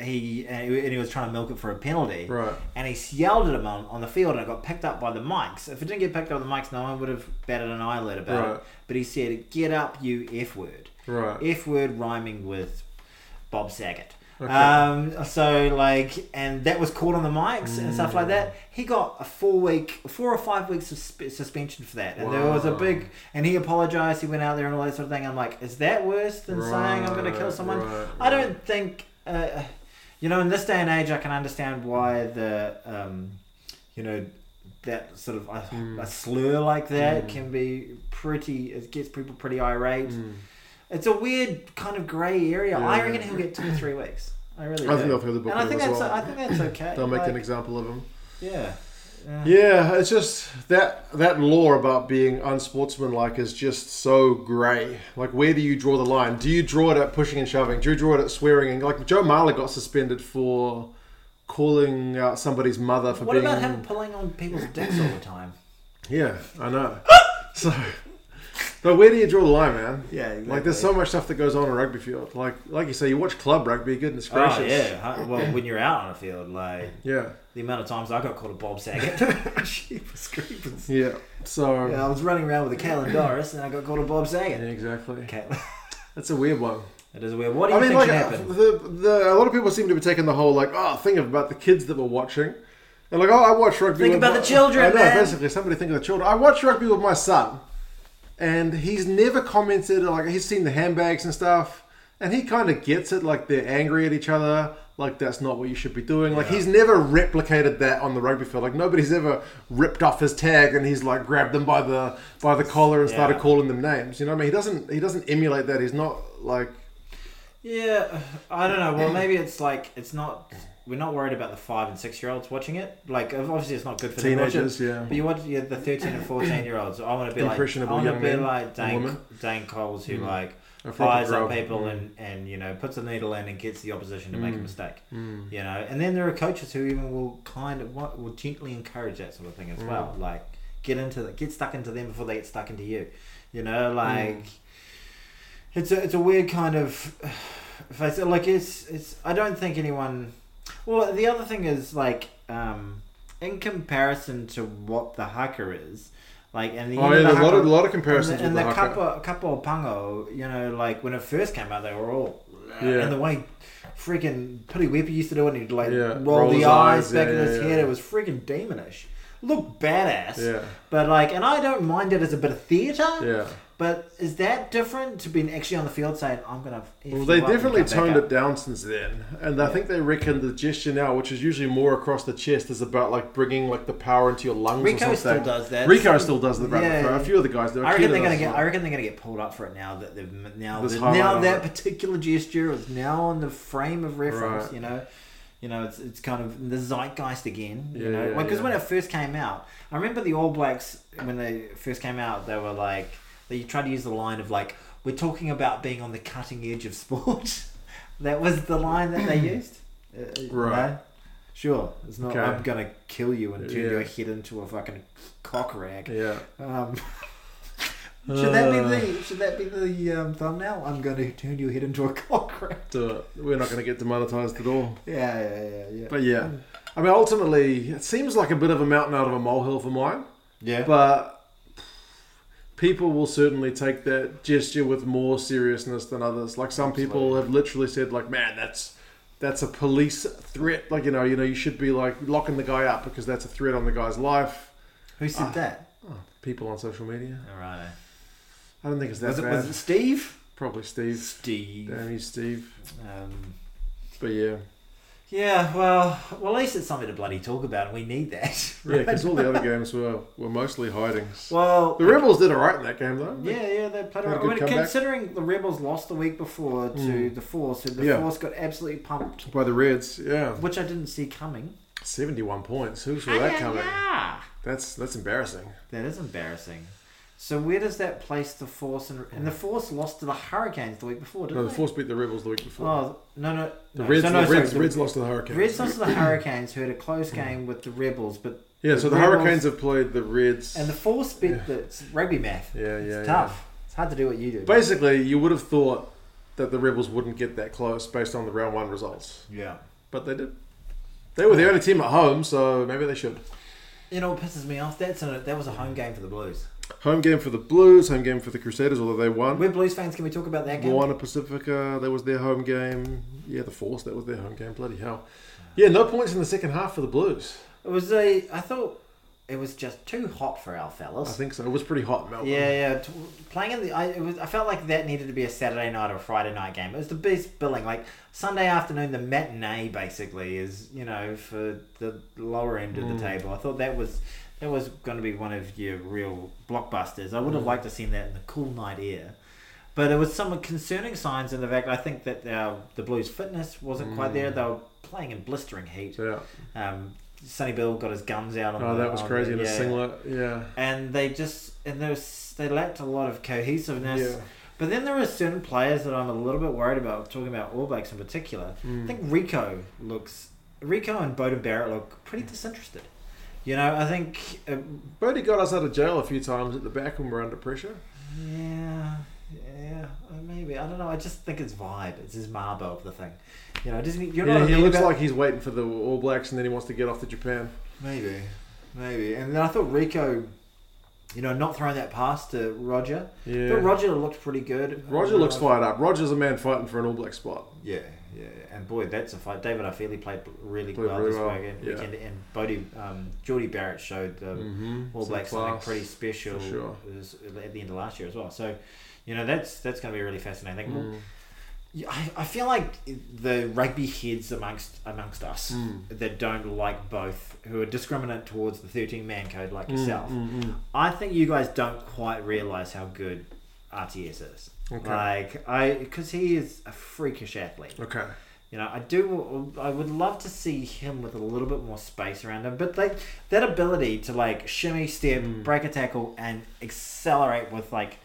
he and he and he was trying to milk it for a penalty.
Right.
And he yelled at him on, on the field, and it got picked up by the mics. If it didn't get picked up by the mics, no one would have batted an eyelid about
Right.
it. But he said, "Get up, you f word."
Right.
F word rhyming with Bob Saget.
Okay.
Um, so like, and that was caught on the mics and stuff like
Mm.
that. He got a four week, four or five weeks susp- suspension for that, and there was a
Wow.
big. And he apologized. He went out there and all that sort of thing. I'm like, is that worse than saying I'm going to kill
Right,
someone?
right,
I
right.
don't think. Uh, you know, in this day and age, I can understand why the, um, you know, that sort of a,
Hmm.
a slur like that can be pretty. It gets people pretty irate. It's a weird kind of grey area.
Yeah,
I
Hmm. yeah.
reckon he'll get two or three weeks. I really.
I think
do.
they'll throw the book
And I
at him
think that's.
as well.
I think
<laughs>
that's okay.
They'll make an
Like,
example of him.
yeah. Yeah.
Yeah, it's just that that law about being unsportsmanlike is just so grey. Like, where do you draw the line? Do you draw it at pushing and shoving? Do you draw it at swearing? And like, Joe Marler got suspended for calling out somebody's mother for
What
being.
about him pulling on people's dicks all the time?
Yeah, I know. <laughs> so, but where do you draw the line, man?
Yeah,
Like, there's so much stuff that goes on in rugby field. Like, like you say, you watch club rugby. Goodness gracious.
Oh yeah. Huh? Well, when you're out on a field, like
Yeah.
the amount of times I got called a Bob
<laughs>
Saget. Jeepers creepers.
Yeah. So.
Yeah, I was running around with a Caitlin Doris and I got called a Bob
yeah,
Saget.
exactly.
<laughs> Caitlin.
That's a weird one.
It is weird. What do
I
you
mean,
think
like
should
uh,
happen?
the, the a lot of people seem to be taking the whole like oh thing about the kids that were watching. They're like, oh, I watch rugby.
Think
with
about
my-"
the children,
I know,
man.
basically, somebody think of the children. I watch rugby with my son, and he's never commented. Like he's seen the handbags and stuff, and he kind of gets it. Like they're angry at each other. Like that's not what you should be doing. Like he's never replicated that on the rugby field. Like nobody's ever ripped off his tag and he's like grabbed them by the by the collar and started
Yeah.
calling them names. You know what I mean? He doesn't he doesn't emulate that. He's not like
Yeah, I don't know. Well, maybe it's like it's not. We're not worried about the five and six year olds watching it. Like obviously, it's not good for them to watch it.
Teenagers, yeah.
But you watch yeah, the thirteen and fourteen year olds. I want to be like I
Impressionable
want to
young
be
men Mm.
like
and
Dane,
women.
Dane Coles who like
Afraid to
fires
grow.
up people and and you know puts a needle in and gets the opposition to make
Mm.
a mistake. You know, and then there are coaches who even will kind of what will gently encourage that sort of thing as
Mm.
well. Like get into the, get stuck into them before they get stuck into you. You
Mm.
know, like it's a it's a weird kind of <sighs> if I say like it's it's I don't think anyone. Well, the other thing is like um, in comparison to what the haka is, like and the
Oh yeah,
the
there's a lot
haka-
of, lot of comparisons
and the,
with the,
and
haka.
the couple pango, you know, like when it first came out, they were all
Yeah.
and the way freaking Putty Whipper used to do it, and he'd like
Yeah,
roll,
roll his
the eyes
eyes,
back
yeah,
in his
yeah,
head.
yeah.
It was freaking demonish. Looked badass,
Yeah,
but like, and I don't mind it as a bit of theatre.
yeah.
But is that different to being actually on the field saying, "I'm gonna"? F
Well,
you
they
up and
definitely
come back
toned
up"?
it down since then, and I think they reckon the gesture now, which is usually more across the chest, is about like bringing like the power into your lungs.
Rico
or
still
something.
does that.
Rico still does the rapid
Yeah.
throw. A few of the guys do.
I reckon
Akita
they're gonna
does
get.
it.
I reckon they're gonna get pulled up for it now that they've now
This
that,
highlight
now
on
that
it.
particular gesture is now on the frame of reference.
Right.
You know, you know, it's it's kind of the zeitgeist again. You
Yeah,
know,
yeah,
like because
yeah.
when it first came out, I remember the All Blacks when they first came out, they were like they tried to use the line of like we're talking about being on the cutting edge of sport. <laughs> that was the line that they used. Uh, uh,
Right.
no? Sure, it's not.
Okay.
I'm gonna kill you and turn
Yeah. Um,
your head into a fucking cock rag.
Yeah,
Um, <laughs> Should that be the should that be the um, thumbnail? I'm going to turn your head into a <laughs> cockroach.
Do it. We're not going to get demonetized at all.
Yeah, yeah, yeah, yeah.
But yeah, I mean, ultimately, it seems like a bit of a mountain out of a molehill for mine.
yeah,
But people will certainly take that gesture with more seriousness than others. Like some people
Absolutely.
have literally said, like, man, that's that's a police threat. Like you know, you know, you should be like locking the guy up because that's a threat on the guy's life.
who said
Ah.
that?
Oh, people on social media.
All right.
I don't think it's that
Was it,
bad.
was it Steve?
Probably Steve.
Steve.
Damn you, Steve.
Um,
But yeah,
yeah. Well, well, at least it's something to bloody talk about, and we need that. <laughs>
yeah, because all the other games were were mostly hidings.
Well,
The Rebels did alright in that game though.
Yeah, yeah, they played
Had a
around. I
good
mean,
comeback.
considering the Rebels lost the week before to
Mm.
the Force, and the
Yeah.
Force got absolutely pumped,
By the Reds, yeah,
which I didn't see coming.
seventy-one points. Who saw that coming?
Ah,
That's that's embarrassing.
That is embarrassing. So where does that place the Force? And, and the Force lost to the Hurricanes the week before, didn't
No, the
they?
Force beat the Rebels the week before.
Oh, no, no.
the
no.
Reds,
So, no,
the
sorry,
Reds,
the
Reds Hmm. lost to the Hurricanes.
Reds lost to the Hurricanes, who had a close game with the Rebels, but
yeah, so
the
the,
Rebels-
Hurricanes have played the Reds.
and the Force beat the it's rugby math.
yeah, yeah,
It's
yeah.
tough. It's hard to do what you do.
Basically, you would have thought that the Rebels wouldn't get that close based on the round one results,
yeah.
but they did. They were the only team at home, so maybe they should.
You know what pisses me off? That's a, that was a home game for the Blues.
Home game for the Blues, home game for the Crusaders, although they won.
We're Blues fans. Can we talk about that game?
Moana Pacifica, that was their home game. Yeah, the Force, that was their home game. Bloody hell. Yeah, no points in the second half for the Blues.
It was a. I thought it was just too hot for our fellas.
I think so. It was pretty hot in Melbourne.
yeah, yeah. T- playing in the, I, it was, I felt like that needed to be a Saturday night or a Friday night game. It was the best billing, like Sunday afternoon, the matinee basically is you know for the lower end of
Mm.
the table. I thought that was that was going to be one of your real blockbusters. I would
Mm.
have liked to seen that in the cool night air. But there was some concerning signs in the fact I think that uh, the Blues' fitness wasn't quite there.
Mm.
They were playing in blistering heat.
So, yeah.
Um, Sonny Bill got his guns out on
Oh,
the,
that was
on
crazy in
the,
a singlet. Yeah.
And they just and there was, they lacked a lot of cohesiveness.
Yeah.
But then there are certain players that I'm a little bit worried about. Talking about All Blacks in particular,
Mm.
I think Rico looks Rico and Bowden Barrett look pretty disinterested. You know, I think uh,
Bodie got us out of jail a few times at the back when we were under pressure.
yeah, yeah, uh, maybe I don't know. I just think it's vibe. It's his marbo of the thing. You know, doesn't he? You know
yeah,
what I
he
mean
looks
about-
like he's waiting for the All Blacks and then he wants to get off to Japan.
Maybe, maybe. And then I thought Rico, you know, not throwing that pass to Roger.
Yeah.
But Roger looked pretty good.
Roger looks fired up. Roger's a man fighting for an All Black spot.
Yeah, yeah. And boy, that's a fight. David O'Feely played really
Played
well
really
this
well,
weekend.
yeah.
weekend and Bodie, um, Geordie Barrett showed the
Mm-hmm.
All Blacks something pretty special
for sure.
as- at the end of last year as well. So, you know, that's that's going to be really fascinating. I think
Mm. Mm-hmm.
we'll- Yeah, I, I feel like the rugby heads amongst amongst us
Mm. Mm-hmm.
that don't like both, who are discriminant towards the 13 man code like
Mm,
yourself,
Mm-hmm.
I think you guys don't quite realize how good RTS is.
Okay.
Like I, because he is a freakish athlete.
Okay.
You know, I do. I would love to see him with a little bit more space around him, but like that ability to like shimmy, step,
Mm.
break a tackle, and accelerate with like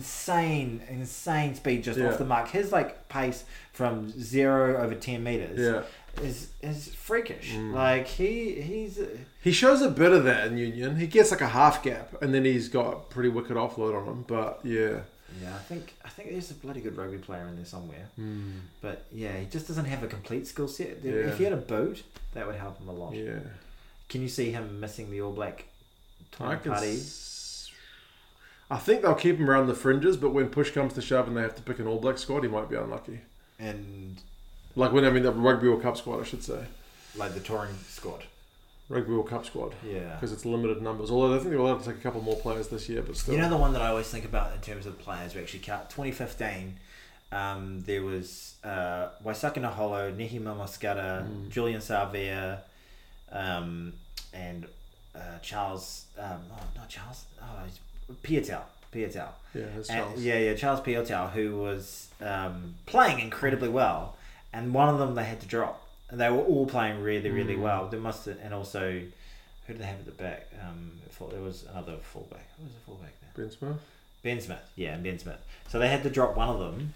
insane, insane speed just
Yeah.
off the mark. His like pace from zero over ten meters
Yeah. Mm.
is is freakish. Like he he's
He shows a bit of that in Union. He gets like a half gap and then he's got pretty wicked offload on him. But yeah.
yeah. I think I think there's a bloody good rugby player in there somewhere. But yeah, he just doesn't have a complete skill set.
Yeah.
If he had a boot, that would help him a lot.
Yeah.
Can you see him missing the All Black
I
tournament
can.
party?
s- I think they'll keep him around the fringes, but when push comes to shove and they have to pick an All Black squad, he might be unlucky.
And
Like when I mean the Rugby World Cup squad, I should say.
like the touring squad.
Rugby World Cup squad
Yeah.
because it's limited numbers. Although I think they're allowed to take a couple more players this year, but still.
You know the one that I always think about in terms of players we actually cut? 2015, um, there was uh, Waisaka Naholo, Nehi Momoskata,
Mm.
Julian Savia, um, and uh, Charles, um, oh, not Charles, oh, he's- Pietel. Pietel.
yeah, it's
And-
Charles.
Uh, yeah, yeah, Charles Piotel, who was um, playing incredibly well, and one of them they had to drop. And they were all playing really, really
Hmm.
well. There must have, and also, who did they have at the back? Um, for- there was another fullback. Who was the fullback there?
Ben Smith.
Ben Smith, yeah, and Ben Smith. So they had to drop one of them,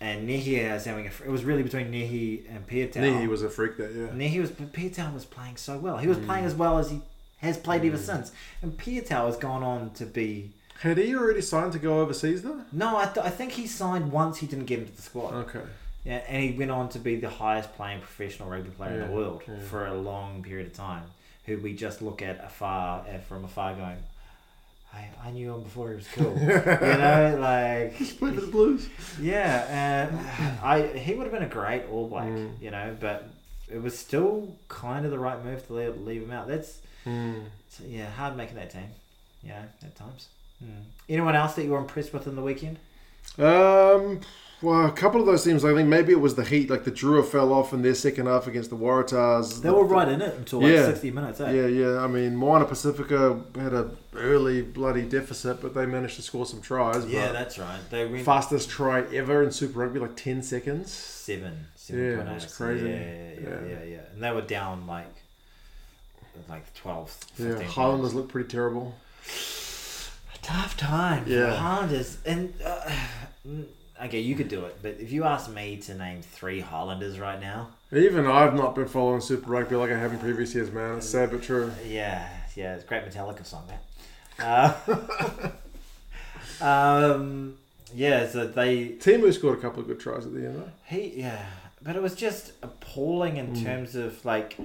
and Nehi was having a. fr- It was really between Nehi and Piotel.
Nee, he was a freak that year.
And then he was, but Pietel was playing
Hmm.
so well. He was playing as well as he has played ever since. And Pietel has gone on to be
Had he already signed to go overseas though?
No, I, th- I think he signed once he didn't get into the squad.
Okay.
Yeah, and he went on to be the highest playing professional rugby player in
Yeah,
the world
yeah.
for a long period of time. Who we just look at afar uh, from afar, going, I, I knew him before he was cool.
<laughs>
you know,
He's
like
played for the Blues.
yeah, uh, I he would have been a great All Black,
Mm.
you know, but it was still kind of the right move to leave, leave him out. That's
Hmm.
it's, yeah, hard making that team, you know, at times. Mm. Anyone else that you were impressed with in the weekend?
Um, well, a couple of those teams, I think maybe it was the Heat, like the Drua fell off in their second half against the Waratahs.
They
The-
were right in it until like
Yeah.
sixty minutes. Eh?
Yeah, yeah. I mean, Moana Pacifica had a early bloody deficit, but they managed to score some tries.
yeah,
but
that's right. They went
fastest try ever in Super Rugby, like ten seconds.
seven.
Yeah,
seven point
that's
eight.
crazy.
Yeah yeah yeah,
Yeah.
yeah, yeah. And they were down like like twelve.
Yeah,
15
Highlanders looked pretty terrible.
tough time for
Yeah.
Highlanders. And uh, mm, okay, you could do it, but if you ask me to name three Highlanders right now,
Even I've not been following Super Rugby like I have in previous years, man. It's sad but true.
yeah, yeah, it's a great Metallica song that. Uh, <laughs> um, yeah, so they
Timu scored a couple of good tries at the end, though.
he yeah, but it was just appalling in
Mm.
terms of like.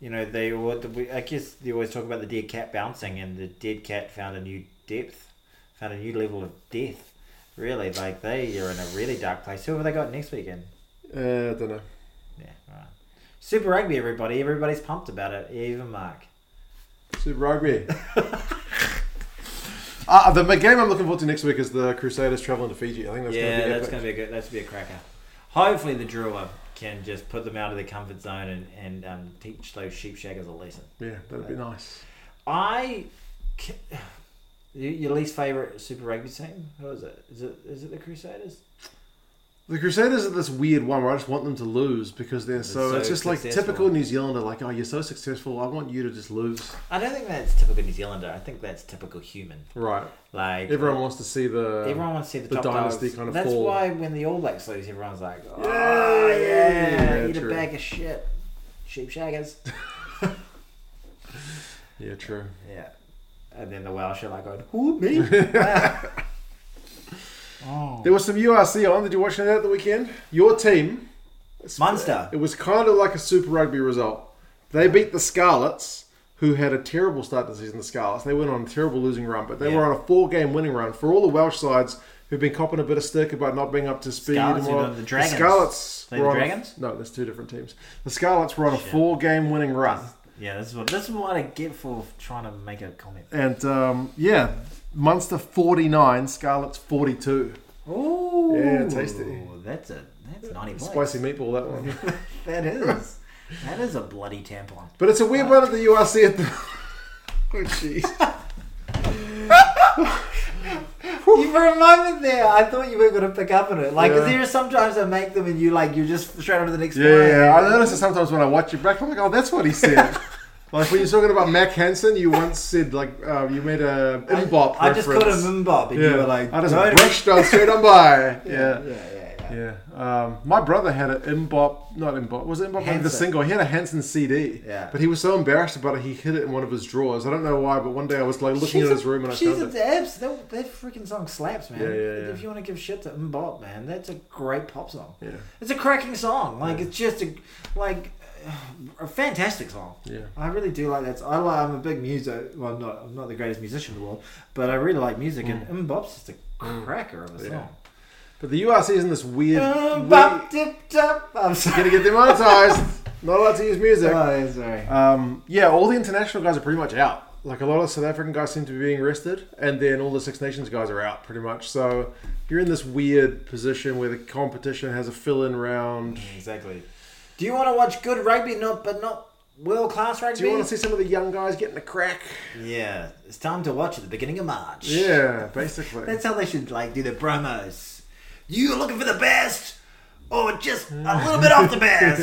You know, they were, we- I guess they always talk about the dead cat bouncing, and the dead cat found a new depth, found a new level of death. Really, like they are in a really dark place. Who have they got next weekend?
Uh, I don't know.
Yeah, right. Super Rugby, everybody. Everybody's pumped about it, even Mark.
Super
<laughs>
Rugby. uh, the game I'm looking forward to next week is the Crusaders traveling to Fiji. I think that's
yeah,
going to be
that's
epic.
going to be a good. That's gonna be a cracker. Hopefully, the Drua can just put them out of their comfort zone and and um, teach those sheep shaggers a lesson.
yeah, that'd be nice.
I, c- <sighs> your your least favorite Super Rugby team? Who is it? Is it is it the Crusaders?
The Crusaders are this weird one where I just want them to lose because they're
They're
so,
so
it's just like
successful.
typical New Zealander, like, oh, you're so successful, I want you to just lose.
I don't think that's typical New Zealander. I think that's typical human.
Right.
Like
Everyone wants to see the.
Everyone wants to see the,
the
top dynasty
dynasty kind of
That's
fall.
why when the All Blacks lose, everyone's like, "Oh yeah,
Yay!" Yeah,
eat
true.
a bag of shit, sheep
<laughs>
shaggers."
Yeah, true.
Yeah, and then the Welsh are like, going, "Who
<laughs>
me?" Ah. oh,
There was some URC on. Did you watch any of that at the weekend? Your team. uh,
Munster.
It was kind of like a Super Rugby result. They beat the Scarlets, who had a terrible start to the season. The Scarlets. They went on a terrible losing run, but they
Yeah.
were on a four-game winning run. For all the Welsh sides who've been copping a bit of stick about not being up to speed,
Scarlets
and all-
who done the Dragons.
Scarlets
They the
were on a-
Dragons?
no, there's two different teams. The Scarlets were on a
Shit.
four-game winning run.
Yeah, this is what this is what I get for trying to make a comment.
And um, yeah, Munster 49, Scarlets 42.
Oh,
Yeah, tasty.
That's a that's ninety points.
Spicy meatball, that one. <laughs>
That is that is a bloody tampon.
But it's a
Uh,
weird one at the URC at the. oh, jeez.
<laughs> You for a moment there, I thought you were going to pick up on it. Like,
Yeah.
there are sometimes I make them and you like you're just straight on to the next
<laughs> Yeah,
one.
yeah, yeah. I notice it sometimes when I watch it back. I'm like, oh, that's what
<laughs>
he said. like when you're talking about Mac Hansen, you once said like uh, you made a
I-
Mbop
I, just called
reference.
him Mbop, and
yeah.
you were like,
I just
"No,
brushed on straight on by.
no." <laughs> yeah,
Yeah.
yeah, yeah, yeah.
Yeah. Um, my brother had an Mbop, not Mbop, was it Mbop? Like The
Hansen.
single. He had a Hansen CD.
Yeah.
But he was so embarrassed about it, he hid it in one of his drawers. I don't know why, but one day I was like looking
She's
in
a-
his room and I
she's
found
a
it.
dabs. That, that freaking song slaps, man.
Yeah, yeah, yeah.
If you want to give shit to Mbop, man, that's a great pop song.
Yeah.
It's a cracking song. Like it's just a like a fantastic song.
Yeah.
I really do like that. I like, I'm a big music. Well, I'm not I'm not the greatest musician in the world, but I really like music. And Mbop's just a cracker of a
Yeah.
song.
But the URC is in this weird.
Uh,
weird-
Mbop dip dip. I'm <laughs> sorry.
Gonna get demonetized. Not allowed to use music.
Oh, yeah, sorry.
Um, yeah, all the international guys are pretty much out. Like a lot of South African guys seem to be being rested, and then all the Six Nations guys are out pretty much. So you're in this weird position where the competition has a fill-in round.
Exactly. Do you want to watch good rugby? Not, but not world class rugby.
Do you want to see some of the young guys getting a crack?
Yeah, it's time to watch at the beginning of March.
Yeah, basically.
That's how they should like do their promos. You looking for the best, or just a little bit <laughs> off the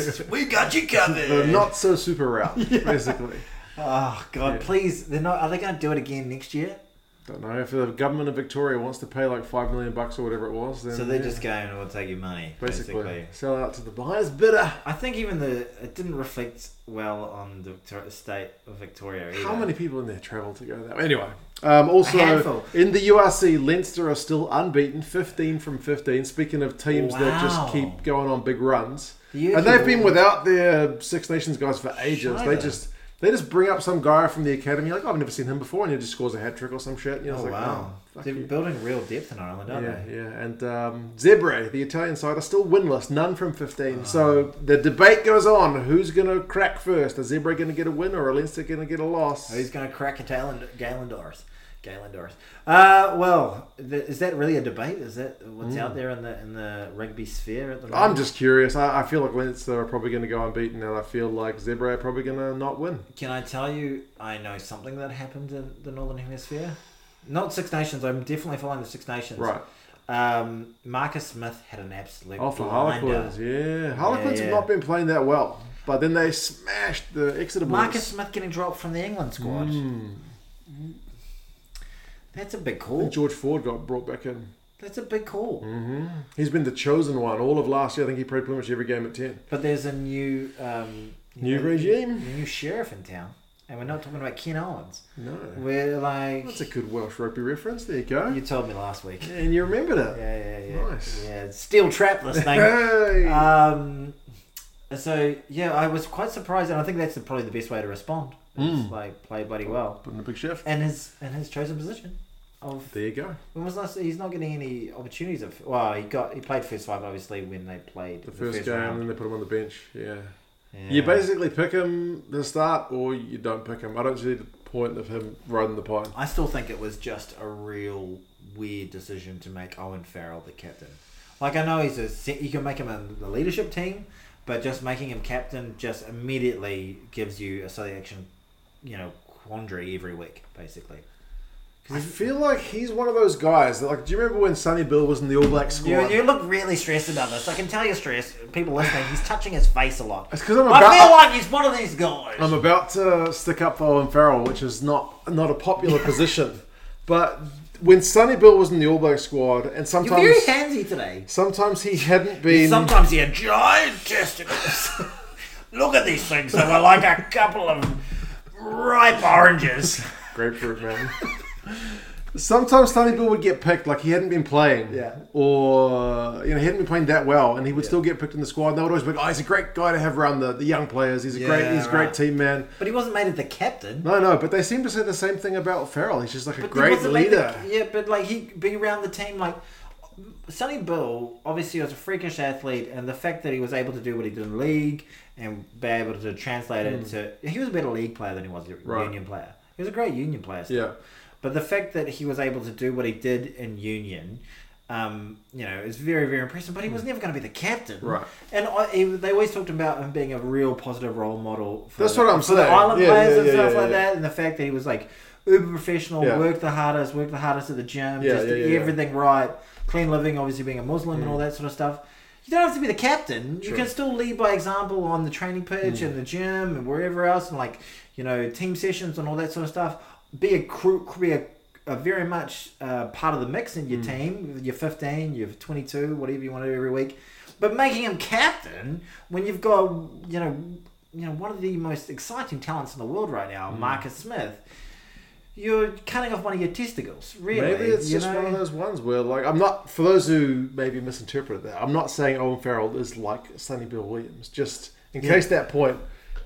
best? We got you
the
covered.
not
<laughs>
so super route, basically.
oh God, please! They're not. Are they going to do it again next year?
Don't know if the government of Victoria wants to pay like five million bucks or whatever it was. Then
So they
yeah,
just go and will take your money,
Mm-hmm. basically,
basically.
sell out to the highest bidder.
I think even the it didn't reflect well on the Victor- state of Victoria. Either.
How many people in there travel to go that way? Anyway, um, also
A handful.
in the URC, Leinster are still unbeaten, fifteen from fifteen. Speaking of teams
Wow.
that just keep going on big runs,
The
and they've
usual-
been without their Six Nations guys for ages. They
Shiver.
just they just bring up some guy from the academy, like I've never seen him before, and he just scores a hat trick or some shit. You know,
Oh
it's like,
wow!
oh, fuck
They're
you.
building real depth in Ireland, aren't
Yeah,
they?
yeah, and um, Zebre, the Italian side, are still winless, none from 15. So the debate goes on: who's going to crack first? Is Zebre going to get a win, or are Leinster going to get a loss?
Who's going to crack at Galen Galen Doris? Galen Doris. Uh, well, th- is that really a debate? Is that what's out there in the in the rugby sphere at the moment?
Mm. I'm just curious. I, I feel like Leinster are probably going to go unbeaten, and I feel like Zebre are probably going to not win.
Can I tell you? I know something that happened in the Northern Hemisphere. Not Six Nations. I'm definitely following the Six Nations.
Right.
Um, Marcus Smith had an absolute
Oh, for
blinder.
Harlequins, yeah. Harlequins
yeah.
have not been playing that well, but then they smashed the Exeter Bulls.
Marcus Smith getting dropped from the England squad.
Hmm.
That's a big
I
call.
think George Ford got brought back in.
That's a big call.
hmm He's been the chosen one all of last year. I think he played pretty much every game at ten.
But there's a new um,
New regime?
new sheriff in town, and we're not talking about Ken Owens.
No.
We're like
That's a good Welsh rugby reference. There you go.
you told me last week. Yeah,
and you remembered it.
yeah, yeah.
Nice.
Yeah, steel trap this thing.
<laughs> Hey!
um, so yeah, I was quite surprised, and I think that's the, probably the best way to respond. Is
Mm.
Like play bloody well,
Putting a big shift.
and his and his chosen position of
There you go.
When was last? He's not getting any opportunities. Of well, he got he played first five obviously when they played
The first, game, and then they put him on the bench. Yeah.
Yeah.
You basically pick him to start, or you don't pick him. I don't see the point of him riding the pine.
I still think it was just a real weird decision to make Owen Farrell the captain. Like I know he's a se- you can make him in the leadership team, but just making him captain just immediately gives you a selection, you know, quandary every week basically.
I feel like he's one of those guys that, like, do you remember when Sonny Bill was in the All Black
You,
squad?
you look really stressed about this. I can tell you're stressed. People listening, he's touching his face a lot.
It's because I'm
I feel
about.
like he's one of these guys.
I'm about to stick up for Owen Farrell, which is not not
<laughs>
a popular position. But when Sonny Bill was in the All Black squad, and
You're very
sometimes
handsy today.
sometimes he hadn't been.
Sometimes he had giant testicles. Look at these things; they were like a couple of ripe oranges.
Grapefruit man. Sometimes Sonny Bill would get picked, like he hadn't been playing,
Yeah.
or you know he hadn't been playing that well, and he would still get picked in the squad. And they would always be like, "Oh, he's a great guy to have around the, the young players. He's a great,
Yeah,
he's a
right.
great team man."
But he wasn't made it the captain.
No, no, but they seem to say the same thing about Farrell. He's just like a
But he
great
wasn't made the-
leader.
yeah, but like he be around the team like. Sonny Bill obviously was a freakish athlete, and the fact that he was able to do what he did in league and be able to translate it into. He was a better league player than he was a
Hmm. Right.
union player. He was a great union player. still.
Yeah,
But the fact that he was able to do what he did in Union, um, you know, is very, very impressive. But he was never going to be the captain.
Hmm. Right.
And I, he, they always talked about him being a real positive role model for,
That's
the,
what I'm
for the
saying.
island
Yeah,
players
yeah,
and
yeah,
stuff
yeah,
like
yeah.
that. And the fact that he was like uber professional,
Yeah.
worked the hardest, worked the hardest at the gym,
Yeah,
just
yeah,
did
yeah, Mm. yeah.
everything right, clean living, obviously being a Muslim and all that sort of stuff. You don't have to be the captain. You
Sure.
can still lead by example on the training pitch
Mm.
and the gym and wherever else, and like you know, team sessions and all that sort of stuff. Be a crew, be a, a very much uh, part of the mix in your
Mm.
team. You're 15, you're 22, whatever you want to do every week. But making him captain when you've got you know, you know, one of the most exciting talents in the world right now,
Mm.
Marcus Smith. You're cutting off one of your testicles, really.
Maybe it's
you
just
know?
one of those ones where, like, I'm not, for those who maybe misinterpreted that, I'm not saying Owen Farrell is like Sonny Bill Williams. Just in
Yeah.
case that point,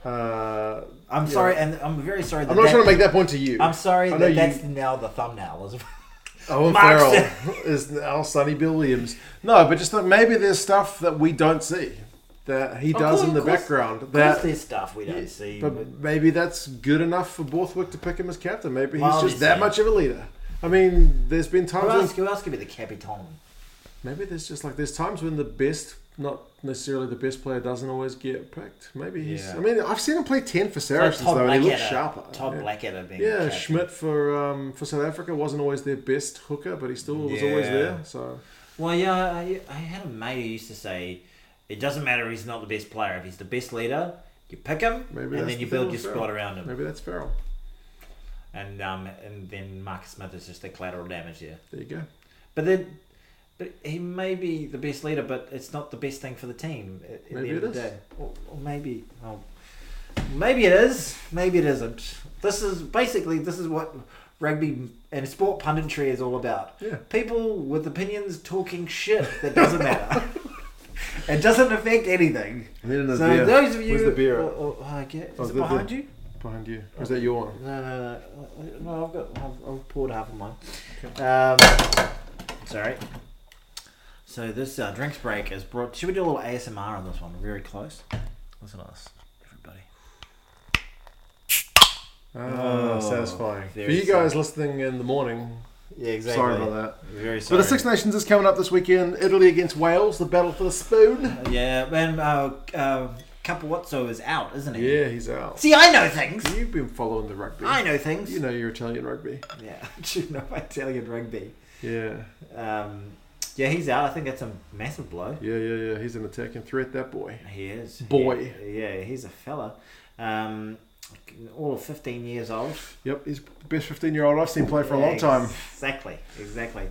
uh,
I'm sorry, and I'm very sorry. That
I'm not
that-
trying to make that point to you.
I'm sorry
I
that
know you-
that's now the thumbnail. <laughs> as well.
Owen
Mark
Farrell is now Sonny Bill Williams. No, but just that maybe there's stuff that we don't see that he
Of
does
course-
in the
of course-
background.
Of course
That,
there's stuff we don't see. But,
but maybe that's good enough for Borthwick to pick him as captain. Maybe he's
Well,
just that
obviously.
much of a leader. I mean, there's been
who,
times when
else, who else could be the Capitan?
Maybe there's just like there's times when the best, not necessarily the best player, doesn't always get picked. Maybe he's.
Yeah.
I mean, I've seen him play ten for
Like
Saracens
Todd
though, and he looks
Blackadder-
sharper.
Todd
yeah,
Blackadder being
yeah
captain.
Schmidt for um, for South Africa wasn't always their best hooker, but he still was always
Yeah.
there. So
Well, yeah, I, I had a mate who used to say, it doesn't matter if he's not the best player. If he's the best leader, you pick him,
Maybe
and
that's
then you
the
build
thing
your
as well.
squad around him.
maybe that's Farrell.
and um, and then Marcus Smith is just the collateral damage here.
There you go.
But then, but he may be the best leader, but it's not the best thing for the team. At, at the
Maybe
end
it
of the
is.
day. Or, or maybe, oh, maybe it is. Maybe it isn't. This is basically this is what rugby and sport punditry is all about.
Yeah.
People with opinions talking shit that doesn't
<laughs>
matter. it doesn't affect anything.
And then there's
so
beer.
those of you,
Where's the beer
or,
at?
or, oh, I get, is
Oh,
it
the- the-
behind you?
behind you? Or is that your one?
No, no, no, no. no I've got. I've, I've poured half of mine. Um, sorry. So this uh, drinks break is brought. Should we do a little ASMR on this one? Very close. Listen to this, everybody.
Ah,
Oh,
satisfying. For
very
you guys listening in the morning,
Yeah,
sorry about that.
Very
So
sorry.
the Six Nations is coming up this weekend. Italy against Wales, the battle for the spoon.
yeah, man. Uh, uh, Capozzo is out, isn't he?
Yeah, he's out.
See, I know things.
You've been following the rugby.
I know things.
You know your Italian rugby.
Yeah, <laughs> do you know Italian rugby?
Yeah,
Um, yeah, he's out. I think that's a massive blow.
yeah, yeah, yeah. He's an attacking threat, that boy.
He is.
Boy.
He- yeah, he's a fella. Um, all of 15 years old.
Yep, he's the best 15 year old I've seen play for a long time.
Exactly, exactly.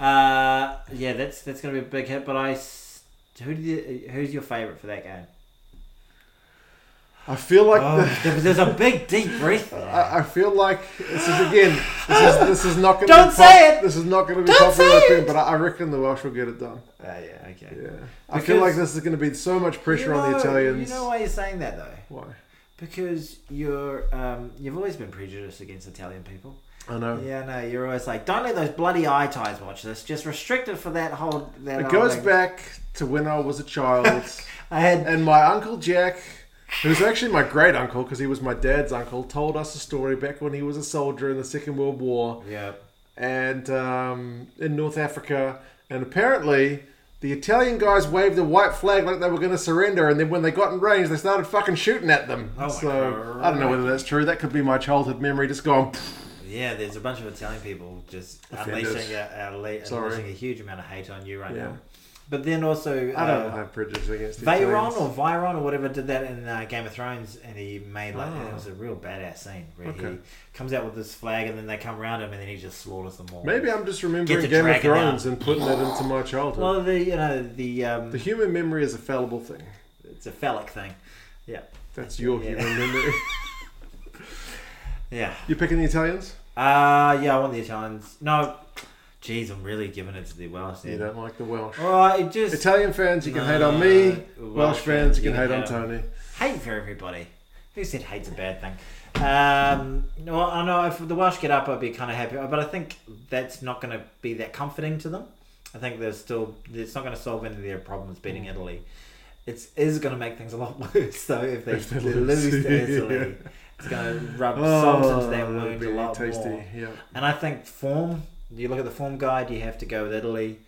Uh, yeah, that's that's going to be a big hit, but I. s- Who did you, who's your favourite for that game?
I feel like
oh,
the,
there- there's a big deep breath.
<laughs>
there.
I, I feel like this is again. This is this is not going.
Don't
be
say it!
This is not going to be
Don't
popular
say
thing,
it!
but I I reckon the Welsh will get it done.
Ah, yeah, okay.
Yeah, I feel
Because-
like this is going to be so much pressure
You
on the
know-
Italians.
You know why you're saying that though?
why?
Because you're um, you've always been prejudiced against Italian people.
I know.
Yeah, no, you're always like, don't let those bloody eye ties watch this. Just restrict it for that whole. That
It
whole
goes
thing."
back to when I was a
<laughs>
child,
I had
and my uncle Jack, who's actually my great uncle because he was my dad's uncle, told us a story back when he was a soldier in the Second World War
Yeah.
and um, in North Africa, and apparently. The Italian guys waved the white flag like they were going to surrender, and then when they got in range, they started fucking shooting at them.
Oh my
so I don't know whether that's true. That could be my childhood memory just going.
Yeah, there's a bunch of Italian people just
Offended.
unleashing a, a, le-
Sorry.
unleashing a huge amount of hate on you right
Yeah.
now. But then also,
I don't know. I
uh,
have prejudice against the
Veyron
Italians.
or Vyron or whatever did that in uh, Game of Thrones, and he made like
Oh.
it was a real badass scene where he
Okay.
comes out with this flag, and then they come around him, and then he just slaughters them all.
Maybe I'm just remembering
the
Game of
dragon out.
Thrones and putting that into my childhood.
Well, the you know the um,
The human memory is a fallible thing.
it's a phallic thing. Yeah,
That's your
Yeah. <laughs>
human memory.
yeah.
You're picking the Italians?
Uh yeah, I want the Italians. No, jeez, I'm really giving it to the Welsh.
You
Then.
don't like the Welsh.
Well, it just
Italian fans, you can hate on
No,
me.
Uh, Welsh
Welsh, fans, you can, hate, on
them.
Tony.
hate for everybody. Who said hate's a bad thing? Um, well, I know if the Welsh get up, I'd be kind of happy, but I think that's not going to be that comforting to them. I think there's still it's not going to solve any of their problems beating
Mm.
Italy. It is going to make things a lot <laughs> worse though if they,
If they
lose
lose,
to Italy.
<laughs> yeah.
It's going to rub salt into their
that'd
wound a
be
lot
Oh, tasty.
more.
Yeah.
And I think form. You look at the form guide. You have to go with Italy.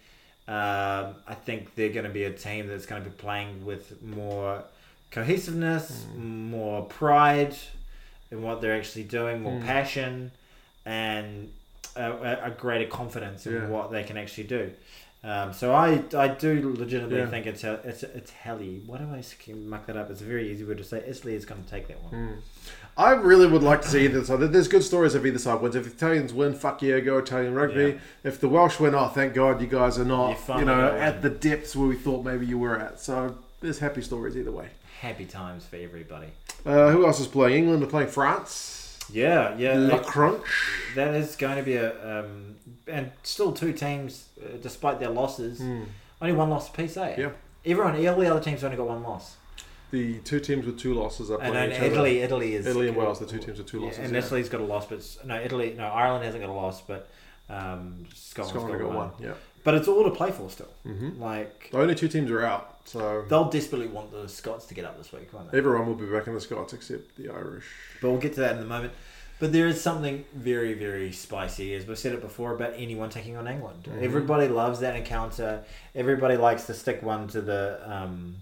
Um, I think they're going to be a team that's going to be playing with more cohesiveness,
Hmm.
more pride in what they're actually doing, more
Mm.
passion, and a, a- a greater confidence in
Yeah.
what they can actually do. Um, so I, I do legitimately
Yeah.
think it's a, it's a, Italy. Why do I s- muck that up? It's a very easy word to say. Italy is going to take that one.
Mm. I really would like to see either side. There's good stories of either side wins. If the Italians win, fuck yeah, go Italian rugby.
Yeah.
If the Welsh win, oh thank God you guys are
You're
not,
finally
you know,
gonna win.
at the depths where we thought maybe you were at. So there's happy stories either way.
Happy times for everybody.
Uh, who else is playing? England are playing France.
Yeah, yeah.
La
it-
Crunch.
That is going to be a um, and still two teams, uh, despite their losses,
Mm.
only one loss apiece. Eh?
Yeah.
Everyone, all the other teams only got one loss,
The two teams with two losses are
and
playing
then
each other.
Italy, Italy is
Italy and Wales, the two teams with two
Yeah,
losses.
and
yeah.
Italy's got a loss, but s- no, Italy, no, Ireland hasn't got a loss, but um, Scotland's
Scotland
got,
got
one.
one. Yeah.
But it's all to play for still.
hmm
Like
The only two teams are out, so
they'll desperately want the Scots to get up this week, won't they?
everyone will be back in the Scots except the Irish.
But we'll get to that in a moment. But there is something very, very spicy, as we've said it before, about anyone taking on England.
Mhm.
Everybody loves that encounter. Everybody likes to stick one to the um,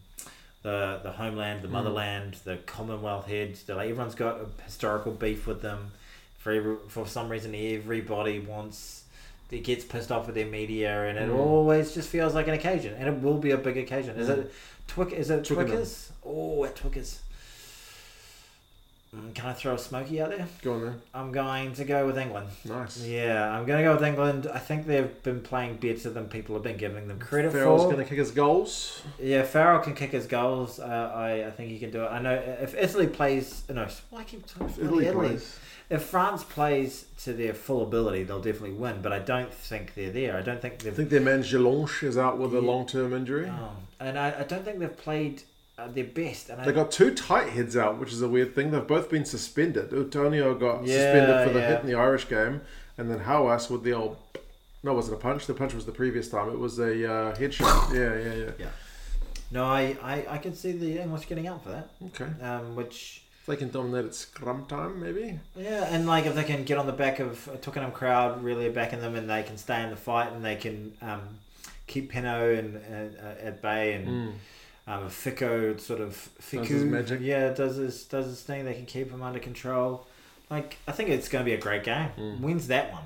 the the homeland, the
Mm.
motherland, the Commonwealth heads. They're like, everyone's got a historical beef with them. For every, for some reason, everybody wants. It gets pissed off with their media, and it
Mm.
always just feels like an occasion, and it will be a big occasion. Is
Mm.
it Twick? Is it
Twickenham.
Twickers? Oh, at Twickers. Mm, Can I throw a smoky out there?
Go on then.
I'm going to go with England.
Nice.
Yeah, I'm going to go with England. I think they've been playing better than people have been giving them credit
Farrell's
for.
going to kick his goals.
Yeah, Farrell can kick his goals. Uh, I, I think he can do it. I know if Italy plays, no, why I keep talking
If
about Italy?
Italy plays.
If France plays to their full ability, they'll definitely win. But I don't think they're there. I don't think
I
they've.
think their man Gelanche is out with a
Yeah.
long-term injury.
Oh, and I, I don't think they've played uh, their best. And I,
They got two tight heads out, which is a weird thing. They've both been suspended. Utonio got
Yeah,
suspended for the
yeah.
hit in the Irish game, and then Hawass with the old. No, it wasn't a punch. The punch was the previous time. It was a uh,
<laughs>
headshot. yeah, yeah,
no, I, I, I can see the English getting out for that.
yeah. Okay.
Um, which
If they can dominate at scrum time, maybe.
yeah, and like if they can get on the back of a Twickenham crowd, really backing them, and they can stay in the fight, and they can um, keep Pino and, and uh, at bay, and
Mm.
um, Fico sort of Fico,
his magic.
yeah, does his does his thing. They can keep him under control. Like I think it's going to be a great game.
Mm.
When's that one?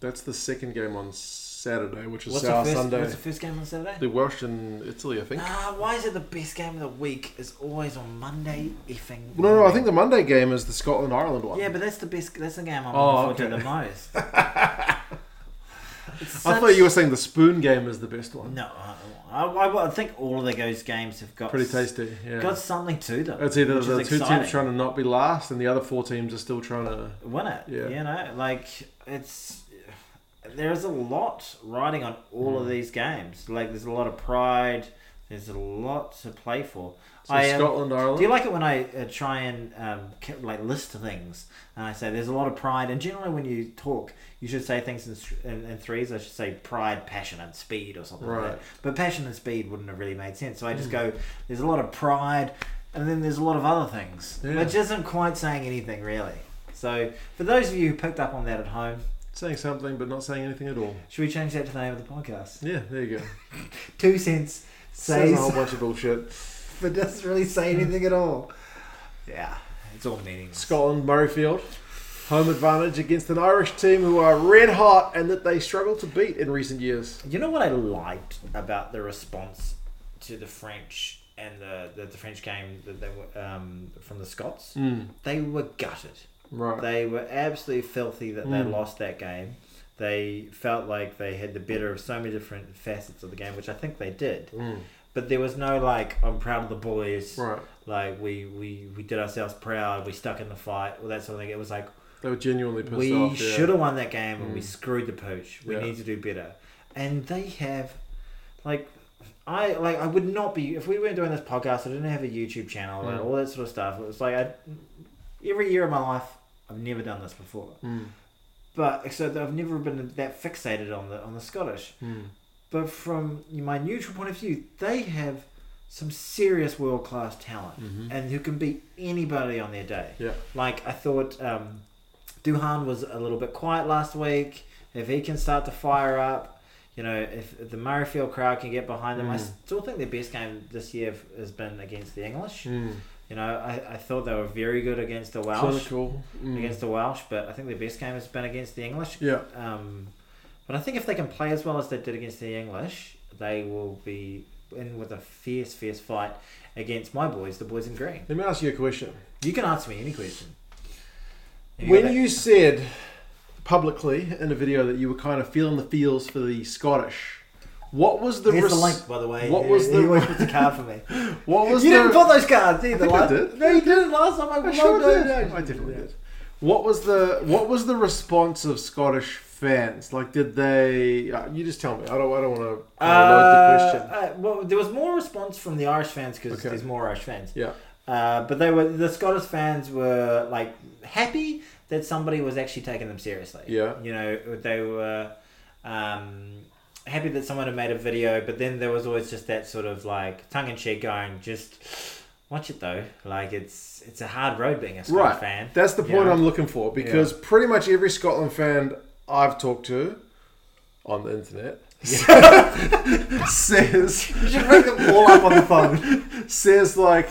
That's the second game on Saturday, which is
What's the
Sour
first?
Sunday.
What's the first game on Saturday?
The Welsh and Italy, I think.
Ah, why is it the best game of the week is always on Monday? Effing.
No, no, I
morning?
think the Monday game is the Scotland Ireland one.
Yeah, but that's the best. That's the game I'm
Oh,
looking forward to
okay.
the
<laughs>
most. It's
I
such-
thought you were saying the spoon game is the best one.
<laughs> No, I, I, I think all of those games have got
Pretty tasty. Yeah.
Got something to them.
It's either
which
the
is
two
exciting.
teams trying to not be last, and the other four teams are still trying to.
win it.
Yeah.
You know, like it's there's a lot riding on all
Mm.
of these games. Like there's a lot of pride. There's a lot to play for.
So
I um,
Scotland, Ireland.
do you like it when I uh, try and um, ca- like list things and I say there's a lot of pride and generally when you talk you should say things in, th- in, in threes I should say pride passion and speed or something like
Right. Hmm.
that but passion and speed wouldn't have really made sense so I just go there's a lot of pride and then there's a lot of other things
Yeah.
which isn't quite saying anything really so for those of you who picked up on that at home
saying something but not saying anything at all.
should we change that to the name of the podcast
Yeah, there you go.
<laughs> two cents
Says a
says
whole bunch of bullshit.
<laughs> but doesn't really say anything at
<laughs>
all yeah it's all meaningless
Scotland, Murrayfield. Home advantage against an Irish team who are red hot and that they struggle to beat in recent years.
You know what I liked about the response to the French and the the, the French game that they were um, from the Scots.
Mm,
They were gutted.
Hmm, right.
They were absolutely filthy that they
Mm.
lost that game. They felt like they had the better of so many different facets of the game, which I think they did.
Mm,
But there was no like, I'm proud of the boys.
right.
Like we, we we did ourselves proud. We stuck in the fight. All that sort of thing. It was like
They were genuinely pissed
we
off. yeah.
should have won that game and we
Mm.
screwed the pooch. We
Yeah.
need to do better. And they have, like, I like I would not be if we weren't doing this podcast. I didn't have a YouTube channel and
Mm.
all that sort of stuff. It was like I, every year of my life, I've never done this before.
Mm,
But so I've never been that fixated on the on the Scottish.
mm.
But from my neutral point of view, they have some serious world class talent
Mhm.
and who can beat anybody on their day.
Yeah.
Like I thought um, Duhan was a little bit quiet last week. If he can start to fire up, you know, if if the Murrayfield crowd can get behind them, I
Mm.
still think their best game this year has been against the English.
Mm.
You know, I, I thought they were very good against the Welsh,
Clinical. Mm.
against the Welsh, but I think their best game has been against the English.
yeah.
Um, but I think if they can play as well as they did against the English, they will be in with a fierce, fierce fight against my boys, the boys in green.
Let me ask you a question.
You can ask me any question. Have got
When
that-
you said publicly in a video that you were kind of feeling the feels for the Scottish, what was the,
Here's
res-
the link, by the way.
what
He-
was the-
He always puts a card for me.
What <laughs> was
you
the,
didn't put those cards either.
think I
last-
did.
No, you didn't last time. I,
I
wrote
sure
those
did.
down.
I definitely did. What was the what was the response of Scottish fans? Like, did they? Uh, you just tell me. I don't. I don't want to
Uh,
load the question.
uh, well, there was more response from the Irish fans because
Okay.
there's more Irish fans.
Yeah.
Uh, but they were the Scottish fans were like happy that somebody was actually taking them seriously.
Yeah.
You know, they were um, happy that someone had made a video, but then there was always just that sort of like tongue in cheek going, just watch it though. Like it's it's a hard road being a Scottish
Right.
fan. <laughs>
That's the point
Yeah.
I'm looking for because pretty much every Scotland fan I've talked to on the internet says
<laughs> You should bring them all up on the phone.
<laughs> says like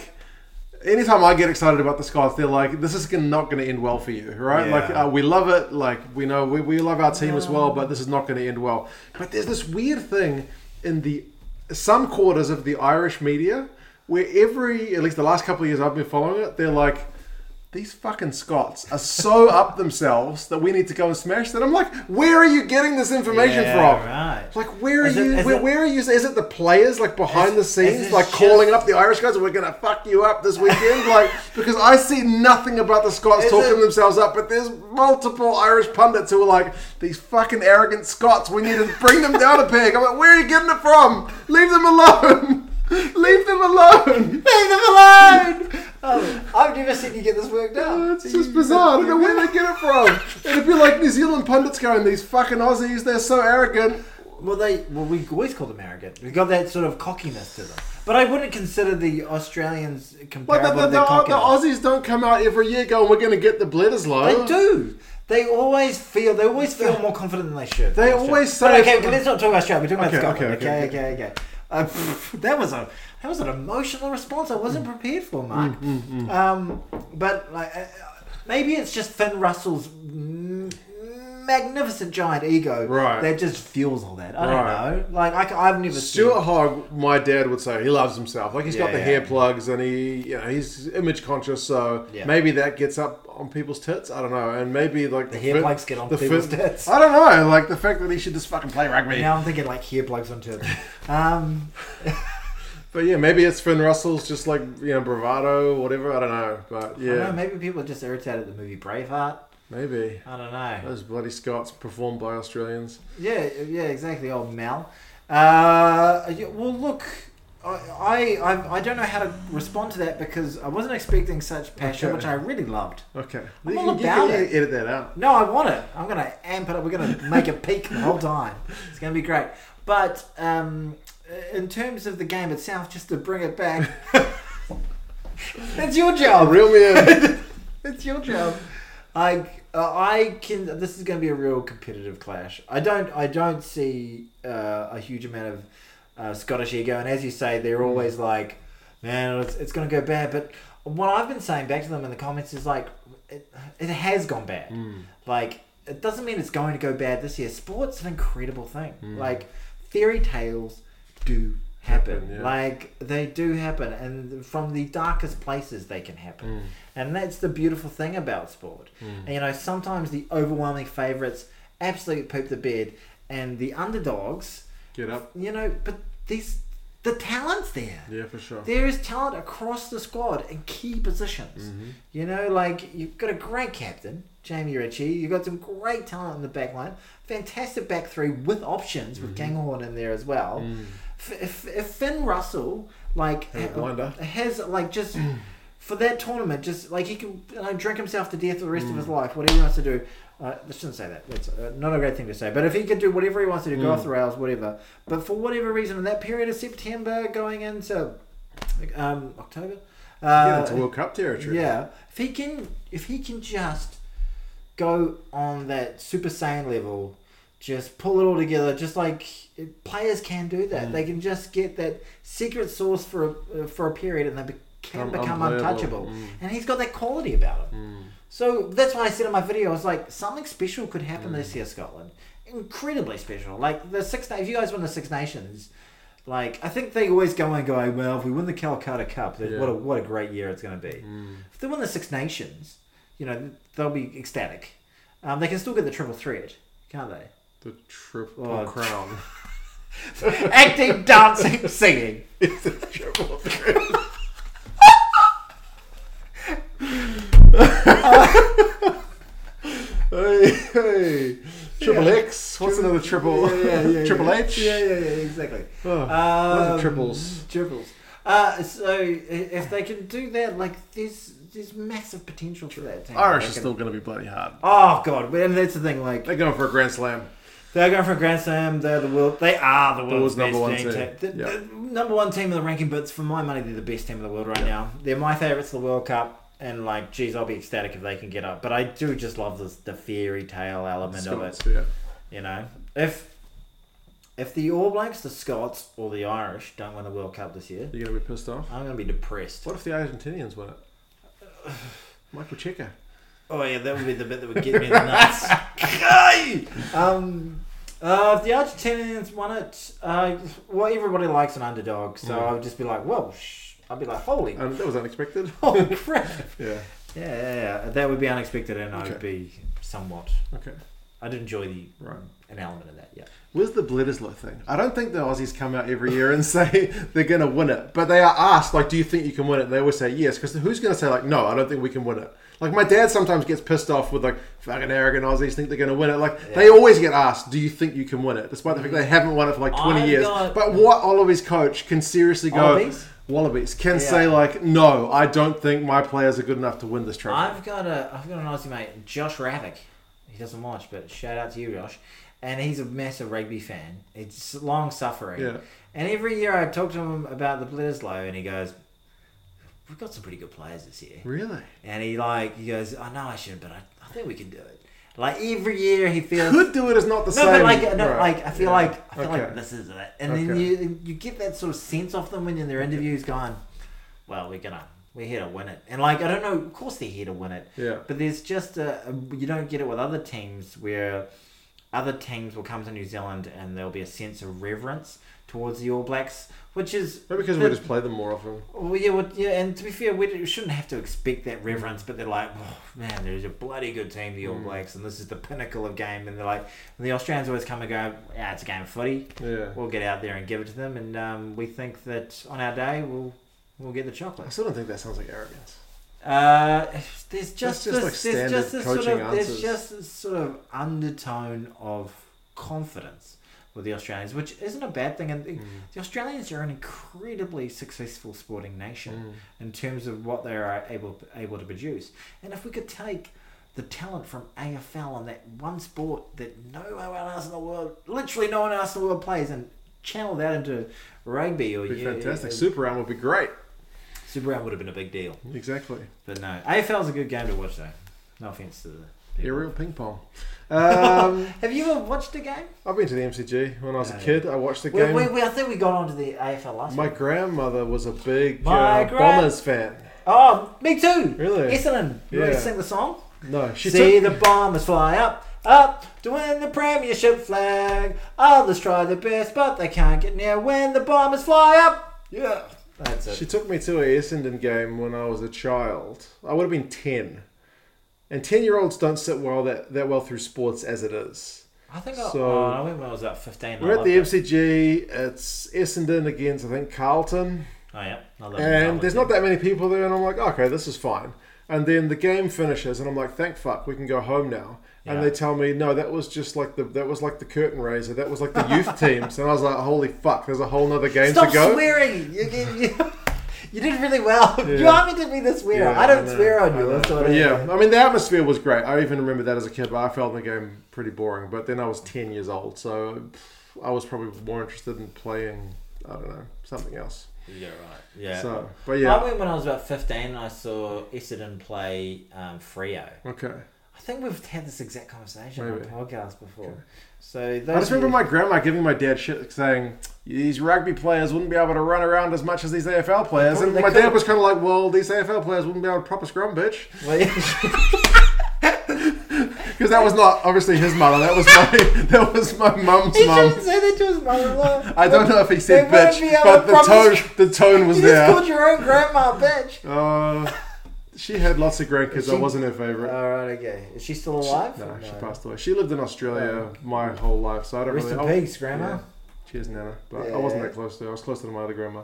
anytime I get excited about the Scots, they're like, "This is gonna, not going to end well for you, right?
Yeah.
Like uh, we love it, like we know we, we love our team as well, but this is not going to end well." But there's this weird thing in the some quarters of the Irish media where every at least the last couple of years I've been following it, they're like. these fucking Scots are
<laughs>
so up themselves that we need to go and smash them. I'm like, where are you getting this information
Yeah,
from?
right.
Like, where are
Is it-
you?
is
where,
it-
where are you? Is it the players, like behind
Is-
the
is
scenes,
it
like
just-
calling up the Irish guys, and we're gonna fuck you up this weekend?
<laughs>
like, because I see nothing about the Scots
Is
talking
it-
themselves up, but there's multiple Irish pundits who are like, these fucking arrogant Scots. We need to bring them down a peg. I'm like, where are you getting it from? Leave them alone. <laughs> Leave them alone.
<laughs> Leave them alone! Oh, I've never seen you get this worked out.
<laughs> It's just bizarre. I don't know where they get it from. It'd be like New Zealand pundits going, these fucking Aussies, they're so arrogant.
Well, they well we always call them arrogant. We got that sort of cockiness to them. But I wouldn't consider the Australians
Like
comparable
the, the,
to
the,
their
the
cockiness.
Aussies don't come out every year going, we're going to get the blitters low.
They do. They always feel. They always feel more confident than they should.
They
That's true.
always
But
say-
okay, okay, let's not talk about Australia. We're talking
Okay,
about Scotland.
okay,
Okay,
okay,
okay, okay. Uh, pff, that was a that was an emotional response I wasn't prepared for, Mark.
Mm,
Um, but like, uh, uh, maybe it's just Finn Russell's m- magnificent giant ego
Right.
that just fuels all that. I
Right.
don't know. Like I, c- I've never
Stuart
seen.
Hogg, my dad would say, he loves himself. Like he's got
Yeah,
the
yeah.
hair plugs and he, you know, he's image conscious. So
Yeah.
maybe that gets up on people's tits. I don't know. And maybe like
The hair
fit-
plugs get on
the
people's
fit-
tits.
I don't know. Like the fact that he should just fucking play rugby.
Now I'm thinking like hair plugs onto
<laughs>
it. Um,
But yeah, maybe it's Finn Russell's just like you know bravado, whatever. I don't know. But
I don't know,
yeah,
maybe people are just irritated at the movie Braveheart.
maybe
I don't know.
those bloody Scots performed by Australians.
Yeah, yeah, exactly, old Mal. Uh, yeah, well, look, I, I, I- I don't know how to respond to that because I wasn't expecting such passion,
Okay.
which I really loved.
Okay,
I'm
you,
all
can- you
about
can
it.
edit that out.
No, I want it. I'm gonna amp it up. We're gonna make it peak the whole time. It's gonna be great. But um, in terms of the game itself, just to bring it back, <laughs> that's your job.
Reel
<laughs>
me in.
It's your job. I uh, I can. This is going to be a real competitive clash. I don't I don't see uh, a huge amount of uh, Scottish ego, and as you say, they're always like, man, it's, it's going to go bad. But what I've been saying back to them in the comments is like, it, it has gone bad. Like it doesn't mean it's going to go bad this year. Sports an incredible thing. Like fairy tales do happen.
Happen, yeah.
Like they do happen, and from the darkest places they can happen. And that's the beautiful thing about sport. And, you know, sometimes the overwhelming favourites absolutely poop the bed, and the underdogs,
Get up.
you know, but these the talent's there.
Yeah, for sure.
There is talent across the squad in key positions.
Mm-hmm.
You know, like you've got a great captain, Jamie Ritchie. You've got some great talent in the back line. Fantastic back three with options with
Mm-hmm.
Ganghorn in there as well. F- If, if Finn Russell like
Had Mm. a blinder.
has like
<clears throat>
just for that tournament, just like he can you know, drink himself to death for the rest of his
Mm.
life, whatever he wants to do. Uh, I shouldn't say that. That's uh, not a great thing to say. But if he could do whatever he wants to do, go
Mm.
off the rails, whatever. But for whatever reason, in that period of September going into um, October,
Yeah,
uh,
it's World Cup territory.
yeah, if he can, if he can just go on that Super Saiyan level, just pull it all together, just like it- players can do
Mm.
that. They can just get that secret sauce for a, uh, for a period, and they be, can
Um,
become
unplayable.
untouchable.
Mm.
And he's got that quality about him. So that's why I said in my video, I was like, something special could happen
Mm.
this year, Scotland. Incredibly special. Like the Six Na- if you guys win the Six Nations, like I think they always go and go, well, if we win the Calcutta Cup, then
Yeah. Mm.
what a what a great year it's going to be. If they win the Six Nations, you know they'll be ecstatic. Um, they can still get the triple threat, can't
<laughs>
they?
The triple
Oh.
crown.
Acting, dancing, singing.
It's a triple crown. <laughs> hey, hey. Triple X. What's another triple? <laughs> triple H.
Yeah, yeah, yeah, exactly.
Oh,
Um,
those are triples.
Triples. Uh, so i- if they can do that, like there's there's massive potential for that team.
Irish
They
is
can-
still going to be bloody hard.
Oh god, and that's the thing. Like
They're going for a grand slam.
They're going for a Grand Slam. They're the world. They are the world's
world's number one
best
team.
team. The-
Yeah.
the number one team in the ranking, but for my money, they're the best team in the world right now. They're my favourites of the World Cup, and like, geez, I'll be ecstatic if they can get up. But I do just love this the fairy tale element of it.
Scots, yeah.
You know, if if the All Blacks, the Scots, or the Irish don't win the World Cup this year,
You're going to be pissed off.
I'm going to be depressed.
What if the Argentinians win it?
<sighs>
Michael Checker.
Oh yeah, that would be the bit that would get me in the nuts. Hey! <laughs> um, uh, if the Argentinians won it, uh, well, everybody likes an Mm. underdog, so I would just be like, well, sh-. I'd be like, holy,
And that was Um, unexpected.
<laughs>
<laughs>
holy crap!
Yeah.
Yeah, yeah, yeah. That would be unexpected, and I'd
Okay.
be somewhat.
Okay.
I'd enjoy the
Right.
an element of that. Yeah.
Where's the Bledisloe thing? I don't think the Aussies come out every year and <laughs> say they're going to win it, but they are asked, like, do you think you can win it? And they always say yes, because who's going to say, like, no, I don't think we can win it? Like, my dad sometimes gets pissed off with, like, fucking arrogant Aussies think they're going to win it. Like, they always get asked, do you think you can win it? Despite the fact they haven't won it for, like, 20
I've
years.
got-
But what Wallabies coach can seriously go,
Wallabies?
Wallabies can
Yeah.
say, like, no, I don't think my players are good enough to win this trophy.
I've got a I've got an Aussie mate, Josh Ravick. He doesn't watch, but shout out to you, Josh. And he's a massive rugby fan. It's long suffering.
Yeah.
And every year I talk to him about the Bledisloe, and he goes, "We've got some pretty good players this year."
Really?
And he like he goes, "I know I shouldn't, but I, I think we can do it." Like every year he feels
Could do it is not the
No,
same.
but like, no,
Right.
like I feel
Yeah.
like I feel like
Okay.
this is it, and then
Okay.
you you get that sort of sense off them when in their interviews, going, "Well, we're gonna we're here to win it," and like I don't know, of course they're here to win it,
Yeah.
but there's just a, a- you don't get it with other teams where other teams will come to New Zealand and there'll be a sense of reverence towards the All Blacks, which is
Maybe because we just play them more often.
well, yeah, well, yeah, and to be fair, we, d- we shouldn't have to expect that reverence, but they're like, oh, man, there's a bloody good team, the All Blacks, and this is the pinnacle of game. And they're like, and the Australians always come and go, yeah, it's a game of footy.
Yeah.
We'll get out there and give it to them, and um, we think that on our day we'll we'll get the
I
chocolate.
still don't think that sounds like arrogance.
Uh, there's just,
just,
this,
like,
there's
standard
just this sort
coaching
of there's
answers.
just this sort of undertone of confidence with the Australians, which isn't a bad thing. And
Mm.
the Australians are an incredibly successful sporting nation
Mm.
in terms of what they are able able to produce. And if we could take the talent from AFL and that one sport that no one else in the world, literally no one else in the world plays, and channel that into rugby or
It'd be
yeah,
fantastic.
yeah,
Super round would be great.
Super Round would have been a big deal.
Exactly.
But no, AFL's a good game to watch though. No offense to the people.
Aerial ping pong. Um, <laughs>
Have you ever watched a game?
I've been to the MCG when I was a
Yeah.
kid. I watched the
We,
game.
we, we, I think we got onto the AFL last
My
week.
grandmother was a big
My
uh,
gra-
Bombers fan.
Oh, me too.
Really?
Essendon. You want
Yeah.
to sing the song?
No, she
See
took.
the bombers fly up, up to win the premiership flag. Others try their best, but they can't get near when the bombers fly up.
yeah.
That's it.
She took me to a Essendon game when I was a child. I would have been ten, and ten-year-olds don't sit well that, that well through sports as it is.
I think I,
So-
oh, I went when I was about 15. I
We're at
loved
the
it.
MCG. It's Essendon against I think Carlton.
Oh, yeah. I love
and there's not that many people there, and I'm like, okay, this is fine. And then the game finishes, and I'm like, thank fuck, we can go home now.
Yeah.
And they tell me, no, that was just like the that was like the curtain raiser, that was like the
<laughs>
youth teams, and I was like, holy fuck, there's a whole nother game
Stop
to go.
swearing. You, you, you, <laughs> you did really well. You
Yeah.
want me to be the swearer.
Yeah,
I don't
know,
swear on
I
you.
know.
That's what
But
I
yeah, I mean the atmosphere was great. I even remember that as a kid, but I felt the game pretty boring. But then I was ten years old, so I was probably more interested in playing. I don't know something else.
You're right. Yeah.
So, but
I
yeah,
went when I was about 15 and I saw Essendon play um, Frio.
okay.
I think we've had this exact conversation
Maybe.
on podcast before. So those
I just remember my grandma giving my dad shit saying these rugby players wouldn't be able to run around as much as these AFL players, and
They
my
couldn't.
dad was kind of like, "Well, these AFL players wouldn't be able to prop a scrum, bitch,"
<laughs> Well,
<laughs>
yeah.
because that was not obviously his mother. That was my <laughs> that was my mum's
He
mum.
shouldn't say that to his
<laughs>
mother-in-law.
I don't know if he said
They wouldn't
bitch,
be able
but
to
the
prop a
tone the tone
<laughs>
was
You just
there.
called your own grandma a bitch.
Uh, she had lots of grandkids.
She- Uh,
That wasn't her favorite.
All right, okay. Is she still alive?
No, she passed away. She lived in Australia my whole life, so I don't
Oh. Rest in
really. I-
peace, grandma.
Yeah. Cheers, Nana. But I wasn't
Yeah.
that close to her. I was closer to my other grandma.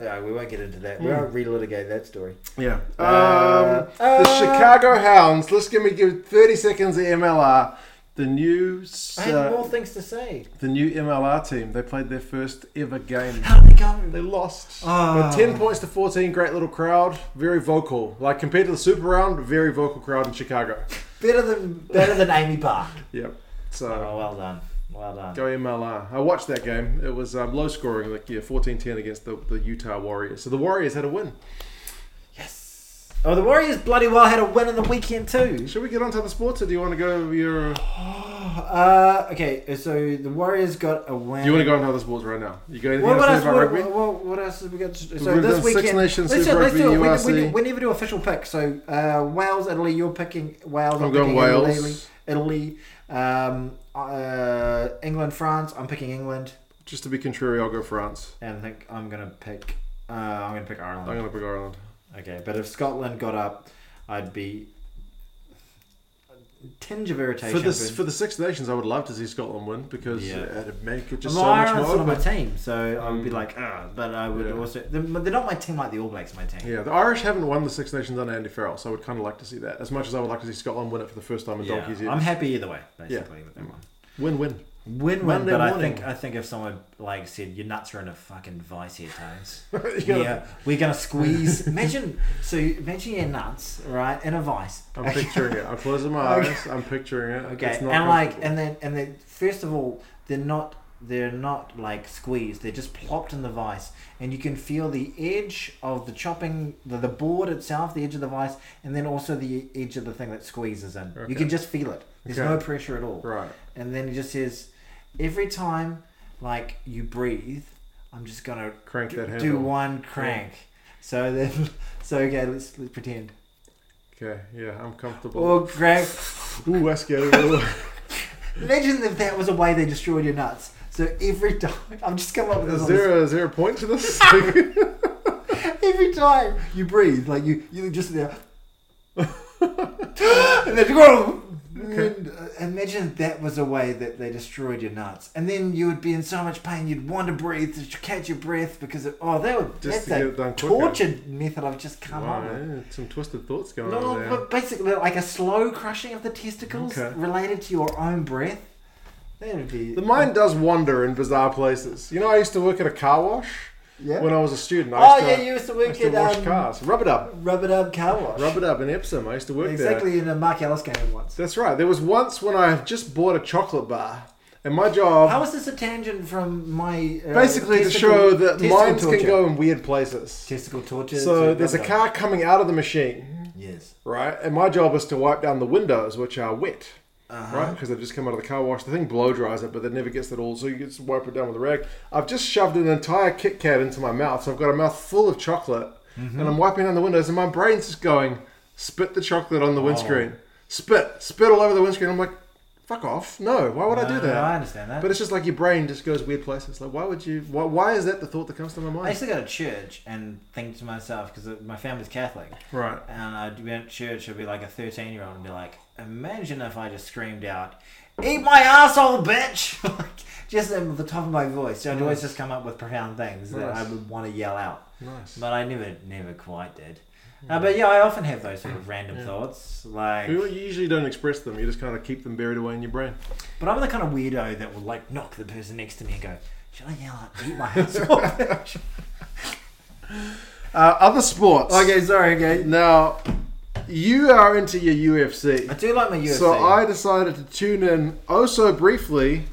Yeah. we won't get into
Hmm.
that. We won't relitigate that story.
Yeah. Um,
Uh,
the
uh,
Chicago Hounds. Let's give me give thirty seconds of MLR. The new s-
I have
uh,
more things to say.
the new MLR team. They played their first ever game.
How did they
They
go?
lost.
Ah.
But ten points to fourteen. Great little crowd. Very vocal. Like compared to the Super Round, very vocal crowd in Chicago.
Better than better than Amy Park.
Yep. So.
<laughs> Oh, well done. Well done.
Go MLR. I watched that game. It was um, low scoring, like yeah, 14-10 against the, the Utah Warriors. So the Warriors had a win.
Yes. Oh, the Warriors bloody well had a win in the weekend too.
Should we get on to the sports, or do you want to go over your? Do
Uh, okay, so the Warriors got a win.
you want to go on to the sports right now? You got anything
Well, what,
else
else,
to say
what,
about rugby?
what, what else have we got? To, do? so
We've
this
done Six
weekend,
Nations,
let's
Super
do, let's
Rugby,
do it. We-
URC.
We, we never do official picks. So uh, Wales, Italy, you're picking Wales.
I'm going
picking
Wales.
Italy, Italy um, uh, England, France. I'm picking England,
Just to be contrary, I'll go France.
and I think I'm gonna pick. Uh, I'm gonna pick
I'm
Ireland.
going to pick Ireland.
Okay, but if Scotland got up, I'd be a tinge of irritation.
For this,
but-
for the Six Nations, I would love to see Scotland win because
Yeah.
it'd make it just
just
so much
Ireland's
more.
not my
open.
team, so I would be
Mm.
like, Ugh, but I would
Yeah.
also. They're, they're not my team like the All Blacks, my team.
Yeah, the Irish haven't won the Six Nations under Andy Farrell, so I would kind of like to see that. As much as I would like to see Scotland win it for the first time in
Yeah,
donkey's years.
I'm happy either way, basically, with that one. <laughs>
Win-win.
Win win,
Monday
but I
morning.
think I think if someone like said your nuts are in a fucking vice here, Tones. <laughs>
You gotta-
yeah, we're gonna squeeze. imagine so you- imagine your nuts right in a vice.
I'm picturing it. I'm closing my
Okay.
eyes. I'm picturing it.
Okay,
It's not
and like
comfortable.
and then and then first of all they're not they're not like squeezed. They're just plopped in the vice, and you can feel the edge of the chopping the, the board itself, the edge of the vice, and then also the edge of the thing that squeezes in.
Okay.
You can just feel it. There's
Okay.
no pressure at all.
right.
And then he just says, every time, like you breathe, I'm just gonna
Crank
do,
that handle.
do one crank. So then, <laughs> so okay, let's, let's pretend.
Okay. Yeah, I'm comfortable.
Or crank.
Ooh,
<laughs>
that's good.
Imagine if that was a way they destroyed your nuts. So every time, I'm just coming up with this.
is
on the
there a, is there a point to
<laughs>
this? Like,
Every time you breathe, like you, you just
<laughs>
there, and then you go. And, uh, imagine that was a way that they destroyed your nuts, and then you would be in so much pain you'd want to breathe to catch your breath because of, oh, that would
Just to
that's
get
a
it done quicker.
tortured method I've just come
wow,
up with.
yeah, some twisted thoughts going
No,
on there.
but basically like a slow crushing of the testicles
Okay.
related to your own breath. That would be
The mind does wander in bizarre places. You know, I used to work at a car wash
Yeah.
when I was a student. I
oh
used to,
yeah, you used to
I
work
used to
at
wash
um,
cars. Rub it up.
rubber dub car wash.
Rub it up in Epsom. I used to work there.
exactly in a Mark Ellis game once.
That's right. There was once when I had just bought a chocolate bar, and my job
How is this a tangent from my uh,
basically to
testicle-
show that
testicle
minds
torture?
can go in weird places.
testicle torture?
So
to-
there's a car coming out of the machine,
Yes.
right? And my job is to wipe down the windows, which are wet,
Uh-huh.
right? Because they've just come out of the car wash. The thing blow dries it, but it never gets it all, so you just wipe it down with a rag. I've just shoved an entire Kit Kat into my mouth, so I've got a mouth full of chocolate,
Mm-hmm.
and I'm wiping down the windows, and my brain's just going, spit the chocolate on the
Oh.
windscreen, spit, spit all over the windscreen. I'm like, fuck off, no, why would I do
No,
that?
I understand that.
But it's just like your brain just goes weird places. Like, why would you? Why, why is that the thought that comes to my
I
mind?
used to go to church and think to myself because my family's Catholic,
Right.
and I'd be at church. I'd be like a thirteen-year-old and be like, "Imagine if I just screamed out, eat my asshole, bitch!' <laughs> like just at the top of my voice. So I'd always just come up with profound things that I
Mm. Nice.
would want to yell out,
Nice.
but I never, never quite did. Uh, but yeah, I often have those sort of random thoughts, like
You usually don't express them. You just kind of keep them buried away in your brain.
But I'm the kind of weirdo that will like knock the person next to me and go, "Should I yell out eat my asshole?"
<laughs> Uh, other sports.
sorry,
<laughs>
okay.
Now, you are into your
<laughs>
UFC.
I do like my UFC.
So I decided to tune in oh so briefly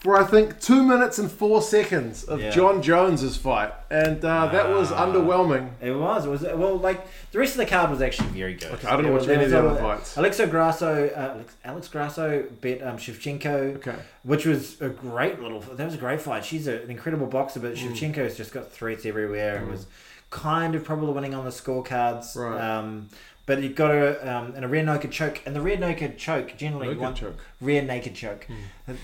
for I think two minutes and four seconds of
Yeah.
John Jones's fight, and uh, that was
Ah.
underwhelming.
It was. It was well, like the rest of the card was actually very good.
Okay, I don't know
It
what
was- it
any of the
was,
other
uh,
fights.
Alexa Grasso, uh, Alex, Alex Grasso bet um, Shevchenko,
Okay.
which was a great little. That was a great fight. She's a, an incredible boxer, but Shevchenko's just got threats everywhere and was kind of probably winning on the scorecards.
Right.
Um, but he got a um, and a rear naked choke, and the rear naked choke Mm. generally you
Look at
want
Chuck.
rear naked choke.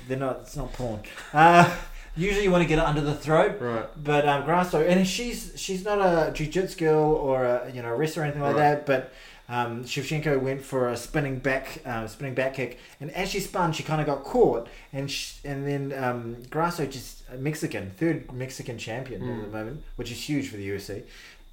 They're not. It's not porn. Uh, <laughs> usually, you want to get it under the throat.
Right.
But um, Grasso, and she's she's not a jiu-jitsu girl or a you know wrestler or anything like that.
Right.
But um, Shevchenko went for a spinning back uh, spinning back kick, and as she spun, she kind of got caught, and sh and then um, Grasso just a Mexican third Mexican champion
Mm.
at the moment, which is huge for the UFC,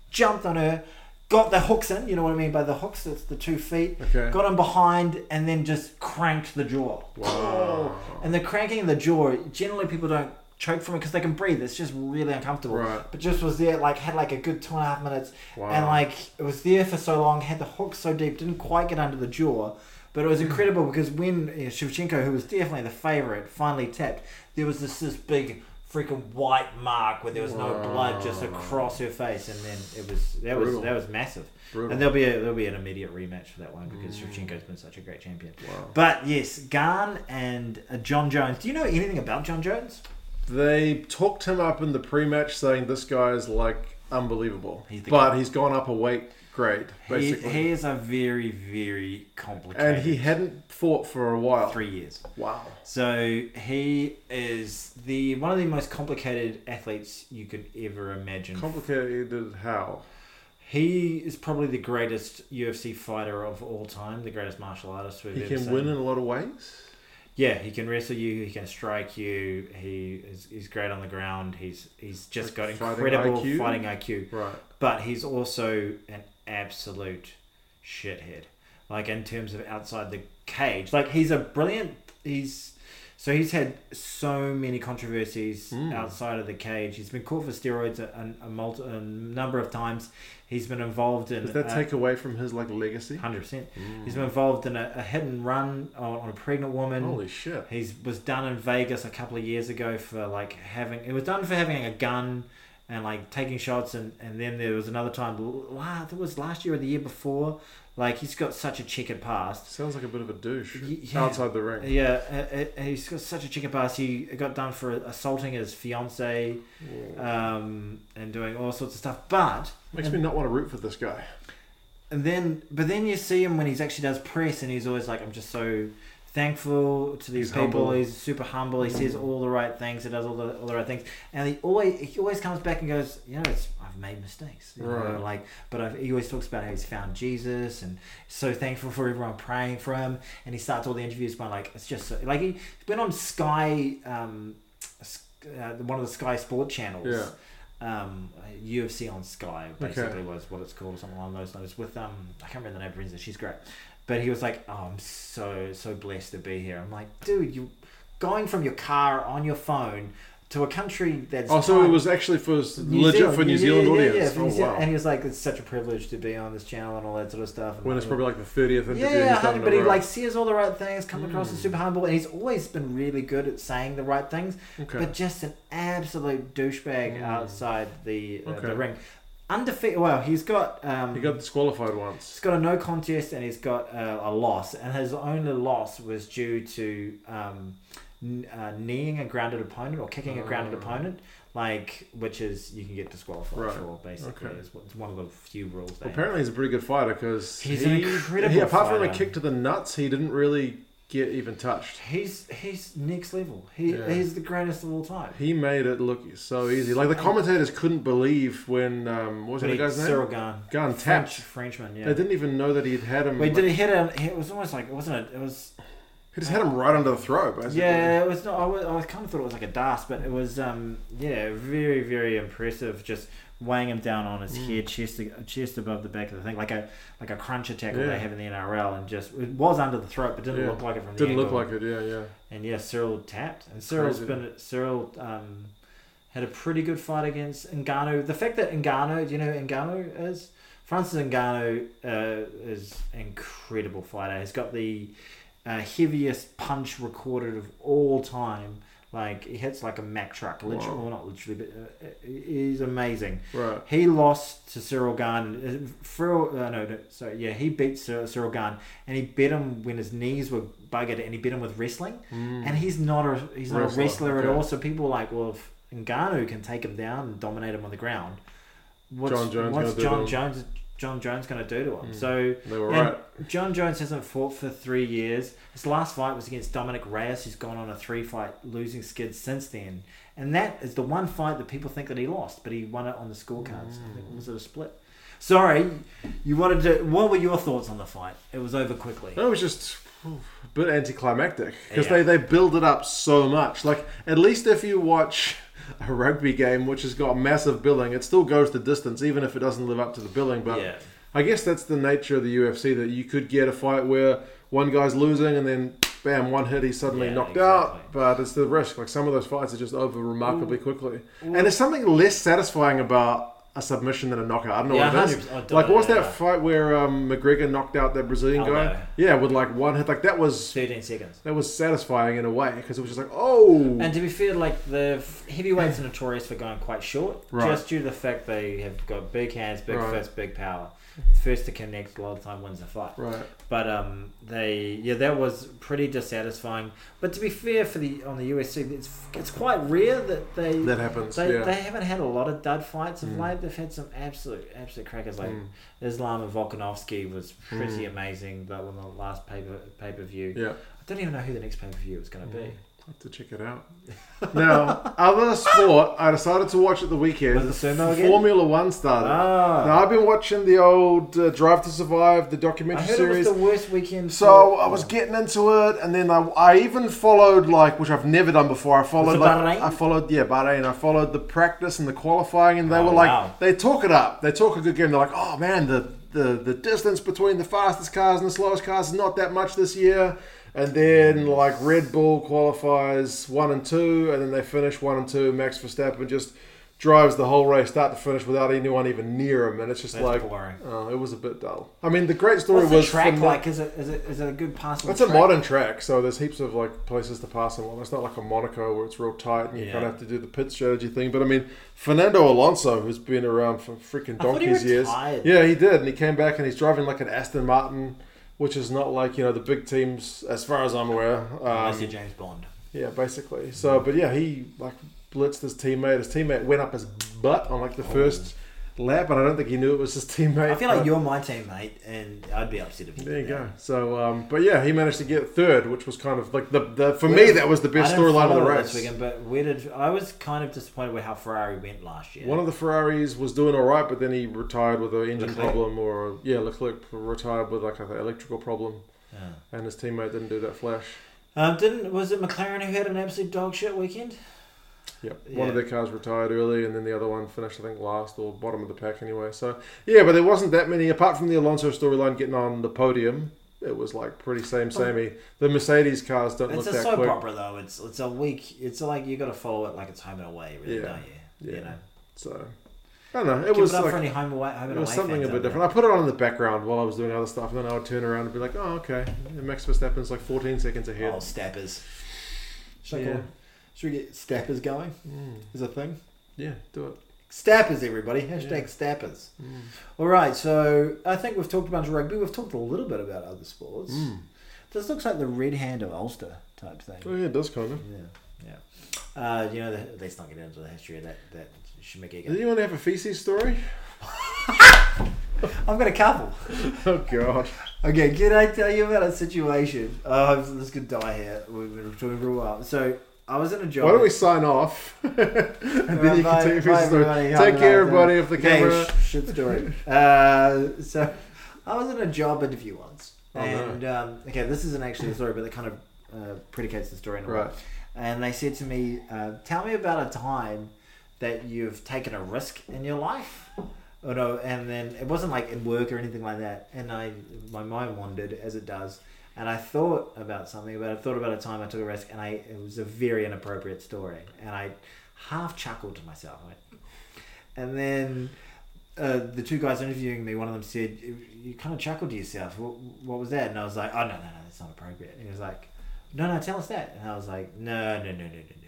jumped on her. Got the hooks in, you know what I mean by the hooks. It's the two feet.
Okay.
Got him behind, and then just cranked the jaw.
Wow.
And the cranking of the jaw, generally people don't choke from it because they can breathe. It's just really uncomfortable.
Right.
But just was there, like had like a good two and a half minutes,
Wow.
and like it was there for so long, had the hook so deep, didn't quite get under the jaw. But it
Hmm.
was incredible because when you know, Shevchenko, who was definitely the favorite, finally tapped, there was this this big freaking white mark where there was no blood just across her face, and then it was that
Brutal.
was that was massive.
Brutal. Hmm.
And there'll be a, there'll be an immediate rematch for that one because Shevchenko's been such a great champion.
Wow.
But yes, Garn and uh, John Jones. Do you know anything about John Jones?
They talked him up in the pre-match, saying this guy is like unbelievable,
He's the
but
guy.
he's gone up a weight grade
He,
basically,
he is a very very complicated.
and he hadn't fought for a while.
three years.
Wow.
So he is the one of the most complicated athletes you could ever imagine.
Complicated how?
He is probably the greatest UFC fighter of all time, the greatest martial artist we've
He
ever
can
seen.
win in a lot of ways.
Yeah, he can wrestle you. He can strike you. He is he's great on the ground. He's he's just got
Like fighting
incredible
IQ?
fighting IQ.
Right.
But he's also an absolute shithead. Like in terms of outside the cage, like he's a brilliant. He's so he's had so many controversies
Mm.
outside of the cage. He's been caught for steroids a, a, a, multi, a number of times. He's been involved in
Does that take away from his like legacy?
hundred percent. He's been involved in a, a hit and run on, on a pregnant woman.
Holy shit!
He was done in Vegas a couple of years ago for like having. It was done for having a gun and like taking shots, and and then there was another time. Wow, it was last year or the year before. Like he's got such a checkered past.
Sounds like a bit of a douche
Y- yeah.
outside the ring.
Yeah, uh, uh, he's got such a checkered past. He got done for assaulting his fiance um, and doing all sorts of stuff. But
Makes me not want to root for this guy.
and then but then you see him when he's actually does press and he's always like i'm just so thankful to these
He's
people
humble.
he's super humble he says all the right things he does all the, all the right things and he always he always comes back and goes you know it's i've made mistakes you know,
Right.
like but I've, he always talks about how he's found jesus and so thankful for everyone praying for him and he starts all the interviews by like it's just so, like he went on sky um s- uh, one of the sky sport channels
Yeah.
um, UFC on Sky
Okay.
basically was what it's called or something along those lines with um I can't remember the name of Renza she's great but he was like oh I'm so so blessed to be here I'm like dude you going from your car on your phone to a country that's
Oh, so it
not-
was actually for
New
legit
Zealand.
for New
Yeah,
Zealand
yeah, yeah,
audience.
for
oh
New Zealand.
wow!
and he was like it's such a privilege to be on this channel and all that sort of stuff and
when it's
I-
probably like the thirtieth interview.
yeah, yeah,
he's done
honey,
in a
but he
row.
like sees all the right things, comes across as
Mm.
super humble, and he's always been really good at saying the right things,
Okay.
but just an absolute douchebag
Mm.
outside the uh,
Okay.
the ring. Undefeated. Well, he's got um,
he got disqualified
he's
once.
got a no contest and he's got uh, a loss, and his only loss was due to um, n- uh, kneeing a grounded opponent or kicking a grounded
Oh.
opponent, like which is you can get disqualified
Right.
for basically.
Okay.
It's, it's one of the few rules. They
Well, apparently, he's a pretty good fighter because
He's an
he,
incredible
he- apart from a
fighter.
kick to the nuts, he didn't really get even touched.
He's he's next level. He
Yeah.
he's the greatest of all time.
He made it look so easy. Like the commentators couldn't believe when um, what was
But
the
he-
guy's name?
Cyril Gunn,
Gun
French
tapped.
Frenchman.
They
Yeah.
didn't even know that he'd had him.
Wait, did he hit him? It was almost like it wasn't it. It was
he just had him right under the throat, basically.
yeah. It was not. I, was, I kind of thought it was like a dast, but it was um yeah, very very impressive. Just weighing him down on his
Mm.
head, chest chest above the back of the thing, like a like a crunch attack that
Yeah.
they have in the NRL, and just it was under the throat, but didn't
Yeah.
look like it from the
Didn't look
angle.
like it. Yeah, yeah.
And yeah, Cyril tapped. And Cyril's
crazy.
been Cyril um, had a pretty good fight against Ngannou. The fact that Ngannou, do you know who Ngannou is? Francis Ngannou uh, is an incredible fighter. He's got the uh, heaviest punch recorded of all time. Like he hits like a Mack truck, literally,
Wow.
well, not literally, but uh, he's amazing.
Right.
He lost to Cyril Garn. Uh, Cyril, uh, no, no, sorry, yeah, he beat Cyr- Cyril Garn, and he beat him when his knees were buggered, and he beat him with wrestling.
Mm.
And he's not a he's not
Wrestler,
a wrestler at
okay.
all. So people are like, well, if Ngannou can take him down and dominate him on the ground, what's
John Jones
what's
gonna do
John
to him?
Jones John Jones going to do to him?
Mm.
So
they were
and
right.
John Jones hasn't fought for three years. His last fight was against Dominic Reyes, who's gone on a three fight losing skid since then. And that is the one fight that people think that he lost, but he won it on the scorecards. I think, was it a split? Sorry, you wanted to. What were your thoughts on the fight? It was over quickly.
That was just oof, a bit anticlimactic because
Yeah.
they, they build it up so much. Like, at least if you watch a rugby game which has got massive billing, it still goes the distance, even if it doesn't live up to the billing. But
yeah.
I guess that's the nature of the UFC that you could get a fight where one guy's losing and then bam, one hit, he's suddenly
Yeah,
knocked out.
exactly.
But it's the risk. Like, some of those fights are just over remarkably quickly. And there's something less satisfying about. A submission than a knockout. I don't know
Yeah,
what it is.
100%. I don't
Like, what was
know,
that
yeah.
fight where um, McGregor knocked out that Brazilian guy?
Aldo.
Yeah, with like one hit, like that was
13 seconds.
that was satisfying in a way because it was just like, oh,
And to be fair, like the f- heavyweights are notorious for going quite short,
Right.
just due to the fact they have got big hands, big
Right.
fists, big power. First to connect, a lot of the time wins the fight.
right,
But um, they yeah, that was pretty dissatisfying. But to be fair, for the on the USC, it's it's quite rare that they
that happens.
they,
yeah,
they haven't had a lot of dud fights of
Mm.
late. They've had some absolute absolute crackers like
Mm.
Islam and Volkanovski was pretty
Mm.
amazing. That one the last pay per pay per view.
yeah.
I don't even know who the next pay per view is going to be.
Mm. to check it out. now, other sport, I decided to watch at the weekend.
Was it sumo again?
Formula One started.
Ah.
Now, I've been watching the old uh, Drive to Survive, the
I
documentary
heard
series.
it was the worst weekend.
So
for-
I was getting into it, and then I, I even followed like, which I've never done before. I followed
it
like,
Bahrain?
I followed yeah Bahrain. I followed the practice and the qualifying, and they
Oh,
were like
wow.
they talk it up. They talk a good game. They're like, oh man, the the the distance between the fastest cars and the slowest cars is not that much this year. And then like Red Bull qualifies one and two, and then they finish one and two. Max Verstappen just drives the whole race start to finish without anyone even near him, and it's just
That's
like.
boring.
Oh, it was a bit dull. I mean, the great story
What's the
was
track
phenom-
like? Is it is it is it a good passable?
it's a
track?
modern track, so there's heaps of like places to pass and whatnot. It's not like a Monaco where it's real tight and you
Yeah.
kind of have to do the pit strategy thing. But I mean, Fernando Alonso, who's been around for freaking
I thought he
donkey's years,
retired.
yeah, he did, and he came back and he's driving like an Aston Martin, which is not like you know the big teams as far as I'm aware.
Unless you're
Um,
James Bond.
yeah, basically. So, but yeah, he like blitzed his teammate. His teammate went up his butt on like the first lap, and I don't think he knew it was his <laughs> teammate. Uh,
I feel like
but-
you're my teammate, and I'd be upset if you.
there you
did
go.
that.
So, um, but yeah, he managed to get third, which was kind of like the, the for
Where-
me that was the
I
best
didn't
storyline of the
follow it
race.
this weekend, but where did I was kind of disappointed with how Ferrari went last year.
One of the Ferraris was doing all right, but then he retired with an engine
Leclerc.
problem, or yeah, Leclerc retired with like an electrical problem,
Yeah.
and his teammate didn't do that flash.
Um, didn't was it McLaren who had an absolute dog shit weekend?
Yep, one of
Yeah.
their cars retired early, and then the other one finished I think last or bottom of the pack anyway. So yeah, but there wasn't that many apart from the Alonso storyline getting on the podium. It was like pretty same samey. The Mercedes cars don't
Oh. It's
look
a
that
soap
quick.
opera though. It's it's a week. It's like you got to follow it like it's home and away, really,
Yeah.
don't you?
Yeah.
You know,
So I don't know. It
it
was
up
like,
for any home away. Home
It
and
was
away
something a
fans
bit
out there.
different. I put it on in the background while I was doing other stuff, and then I would turn around and be like, "Oh, okay." And Max Verstappen's like 14 seconds ahead.
Oh, stappers. Should,
Should I call Yeah. it-
should we get stappers going?
Mm.
Is a thing.
Yeah, do it.
Stappers, everybody. Hashtag
Yeah.
stappers.
Mm.
All right, so I think we've talked a bunch of rugby. We've talked a little bit about other sports.
Mm.
This looks like the red hand of Ulster type thing.
Oh yeah, it does kind of.
Yeah, yeah. Uh, you know, the, let's not get into the history of that that
Does
Schmigiga.
anyone have a feces story?
<laughs> I've got a couple.
Oh god.
Okay, can I tell you about a situation? Oh, this could die here. We've been talking for a while. So I was in a job.
Why don't we sign off, <laughs> and then you
Bye-
can take a
bye,
feces story.
everybody. Have a
Take care,
nice
everybody, of the
Okay,
camera.
sh- shit story. Uh, so, I was in a job interview once,
Oh, no.
and um, okay, this isn't actually the story, but it kind of uh, predicates the story in a way.
Right.
And they said to me, uh, "Tell me about a time that you've taken a risk in your life." Oh no, and then it wasn't like in work or anything like that. And I, my mind wandered as it does, and I thought about something, but I thought about a time I took a risk, and I it was a very inappropriate story, and I half chuckled to myself. I went, and then uh, the two guys interviewing me, one of them said, "You- "You kind of chuckled to yourself. What, what was that?" And I was like, "Oh no, no, no, that's not appropriate." And he was like, "No, no, tell us that." And I was like, "No, no, no, no, no, no, no.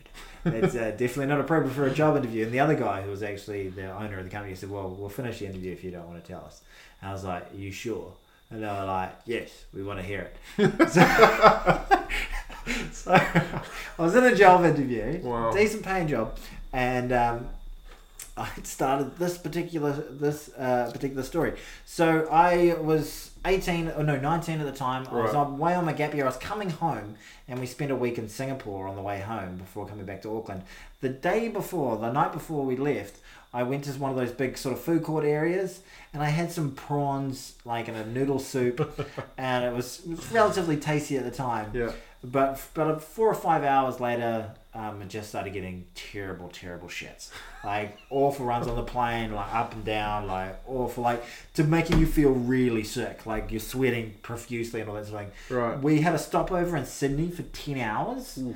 That's uh, definitely not appropriate for a job interview." And the other guy, who was actually the owner of the company, said, "Well, we'll finish the interview if you don't want to tell us." And I was like, "Are you sure?" And they were like, "Yes, we want to hear it." <laughs> so, so I was in a job interview,
Wow.
decent paying job, and. Um, <laughs> I had started this particular this uh, particular story. So I was eighteen, or no, nineteen at the time. I was
Right.
on, way on my gap year. I was coming home, and we spent a week in Singapore on the way home before coming back to Auckland. The day before, the night before we left, I went to one of those big sort of food court areas, and I had some prawns like in a noodle soup, and it was, it was relatively tasty at the time.
Yeah.
But but four or five hours later, um, I just started getting terrible, terrible shits. Like awful runs on the plane, like up and down, like awful, like to making you feel really sick, like you're sweating profusely and all that sort of thing.
Right.
We had a stopover in Sydney for ten hours.
Oof.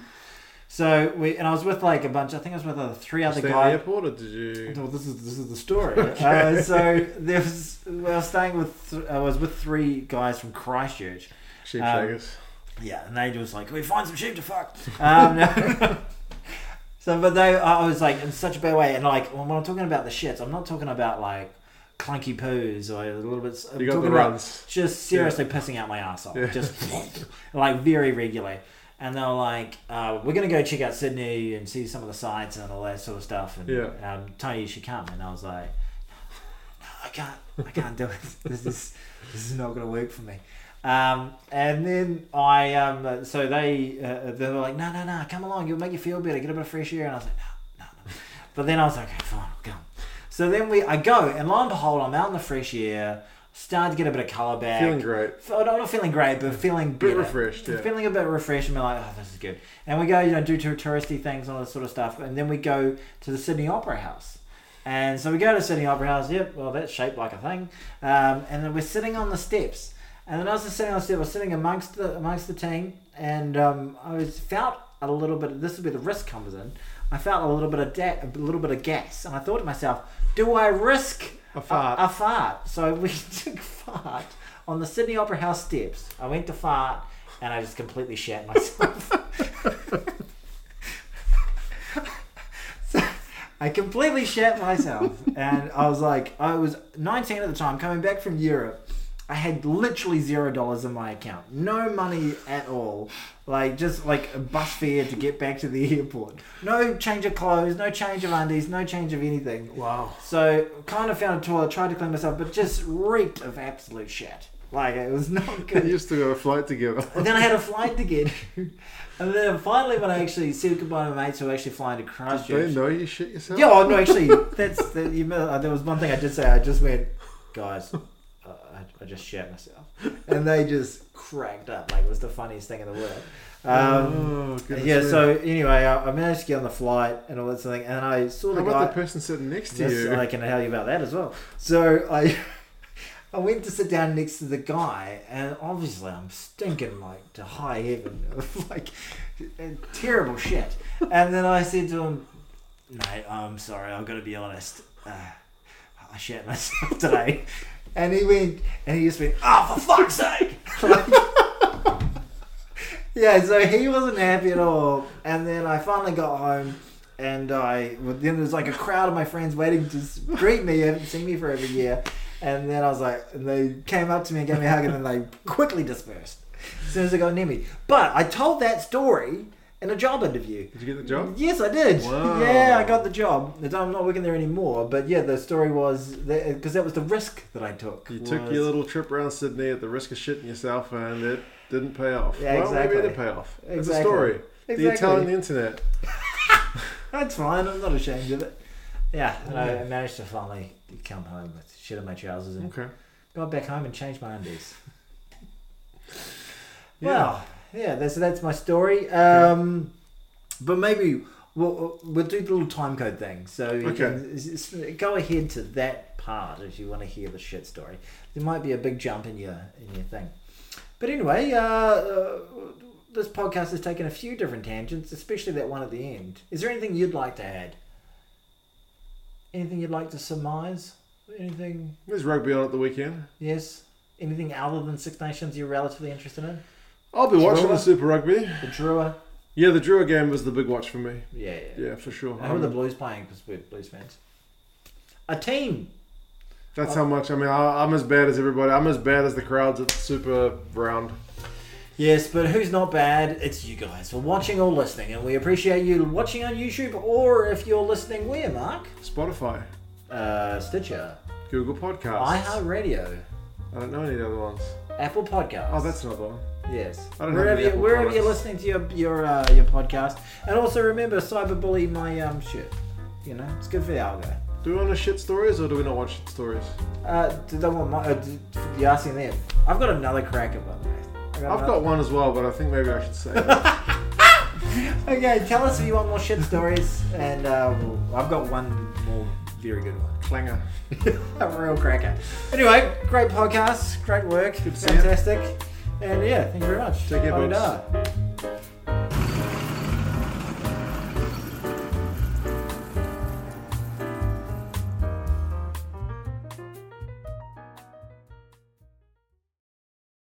So we and I was with like a bunch. I think I was with uh, three other
Stay in the
guys.
airport, or did you?
Well, this is this is the
<laughs>
story. Uh, so there was well, I was staying with th- I was with three guys from Christchurch.
Sheep
Um,
shaggers.
Yeah, and they just like, can we find some sheep to fuck? Um, <laughs> no. so, but they, I was like in such a bad way, and like when I'm talking about the shits, I'm not talking about like clunky poos or a little bit. I'm
You got
talking
the
about
runs.
just seriously pissing out my asshole,
Yeah. <laughs>
just <laughs> like very regularly. And they were like, uh, we're gonna go check out Sydney and see some of the sights and all that sort of stuff. And
Yeah.
um, Tony, you should come. And I was like, <laughs> no, I can't, I can't do it. This is this is not gonna work for me. Um, and then I, um, so they, uh, they were like, no, no, no, come along, you'll make you feel better, get a bit of fresh air. And I was like, no, no, no. But then I was like, okay, fine, I'll go. So then we, I go, and lo and behold, I'm out in the fresh air, starting to get a bit of colour back.
Feeling great.
Fe- no, not feeling great, but feeling better.
Bit refreshed, yeah.
Feeling a bit refreshed, and we're like, oh, this is good. And we go, you know, do tour- touristy things, all this sort of stuff, and then we go to the Sydney Opera House. And so we go to Sydney Opera House. Yep, well, that's shaped like a thing. Um, and then we're sitting on the steps. And then I was just sitting on the steps. I was sitting amongst the amongst the team, and um, I was felt a little bit. This is where the risk comes in. I felt a little bit of da- a little bit of gas, and I thought to myself, "Do I risk
A fart.
A, a fart?" So <laughs> we took fart on the Sydney Opera House steps. I went to fart, and I just completely shat myself. <laughs> I completely shat myself, and I was like, I was 19 at the time, coming back from Europe. I had literally zero dollars in my account, no money at all, like just like a bus fare to get back to the airport, no change of clothes, no change of undies, no change of anything.
Wow.
So kind of found a toilet, tried to clean myself, but just reeked of absolute shit. Like it was
<laughs>
not
<laughs> You
good.
used to go a flight together.
<laughs> And then I had a flight to get, <laughs> and then finally when I actually said goodbye to my mates who were actually flying to Christchurch,
They know you shit yourself.
yeah, oh, no, actually, that's that, you, know, uh, there was one thing I did say. I just went, guys, uh, I, I just shat myself, and they just cracked up like it was the funniest thing in the world. Um,
oh, goodness
yeah.
me.
So anyway, I, I managed to get on the flight and all that sort of thing, and I saw
How
the
about
guy.
the person sitting next to
Yes,
you?
I can tell you about that as well. So I, <laughs> I went to sit down next to the guy, and obviously I'm stinking like to high heaven, <laughs> of, like terrible shit. And then I said to him, "Mate, I'm sorry. I've got to be honest. Uh, I shat myself <laughs> today." And he went, and he just went, "Oh, for fuck's sake!" Like, yeah, so he wasn't happy at all. And then I finally got home, and I well, then there was like a crowd of my friends waiting to s- greet me. They haven't seen me for over a year. And then I was like, and they came up to me and gave me a hug, and then they quickly dispersed as soon as they got near me. But I told that story in a job interview.
Did you get the job?
Yes, I did.
Wow.
Yeah, I got the job. I'm not working there anymore. But yeah, the story was because that, was the risk that I took.
You took
was-
your little trip around Sydney at the risk of shitting yourself, and it didn't pay off.
Yeah,
well,
exactly.
maybe it did pay off. It's a
Exactly.
story. that You're telling
Exactly.
the internet.
That's fine. I'm not ashamed of it. Yeah, and I managed to finally come home with shit in my trousers and
Okay.
got back home and changed my undies.
<laughs> Yeah.
Well, yeah, that's that's my story. Um, but maybe we'll we'll do the little time code thing. So you
Okay.
can s- s- go ahead to that part if you want to hear the shit story. There might be a big jump in your in your thing. But anyway, uh, uh, this podcast has taken a few different tangents, especially that one at the end. Is there anything you'd like to add? Anything you'd like to surmise? Anything?
There's rugby on at the weekend.
Yes. Anything other than Six Nations you're relatively interested in?
I'll be watching
Drua?
the Super Rugby.
The Drua?
Yeah, the Drua game was the big watch for me.
Yeah, yeah.
Yeah, for sure.
Who are
Um,
the Blues playing? Because we're Blues fans. A team.
that's how much. I mean, I, I'm as bad as everybody. I'm as bad as the crowds at the Super round.
Yes, but who's not bad? It's you guys for watching or listening, and we appreciate you watching on YouTube or if you're listening where, Mark?
Spotify,
Uh, Stitcher,
Google Podcasts.
iHeartRadio,
I don't know any other ones.
Apple Podcasts.
Oh, that's another one.
yes.
I don't have
wherever
any
you,
Apple
wherever you're
products.
listening to your your uh, your podcast, and also remember cyberbully my um shit. You know, it's good for the algo.
Do we want to shit stories or do we not want shit stories?
Uh, do they want my? Uh, do, you asking them? I've got another cracker by the way. I
I've
another-
got one as well, but I think maybe I should say that.
Okay, tell us if you want more shit stories, and uh, we'll- I've got one more very good one. <laughs>
Clanger.
A real cracker. Anyway, great podcast, great work,
Good to see you.
fantastic, and yeah, thank you very much.
Take care, folks.
Adieu.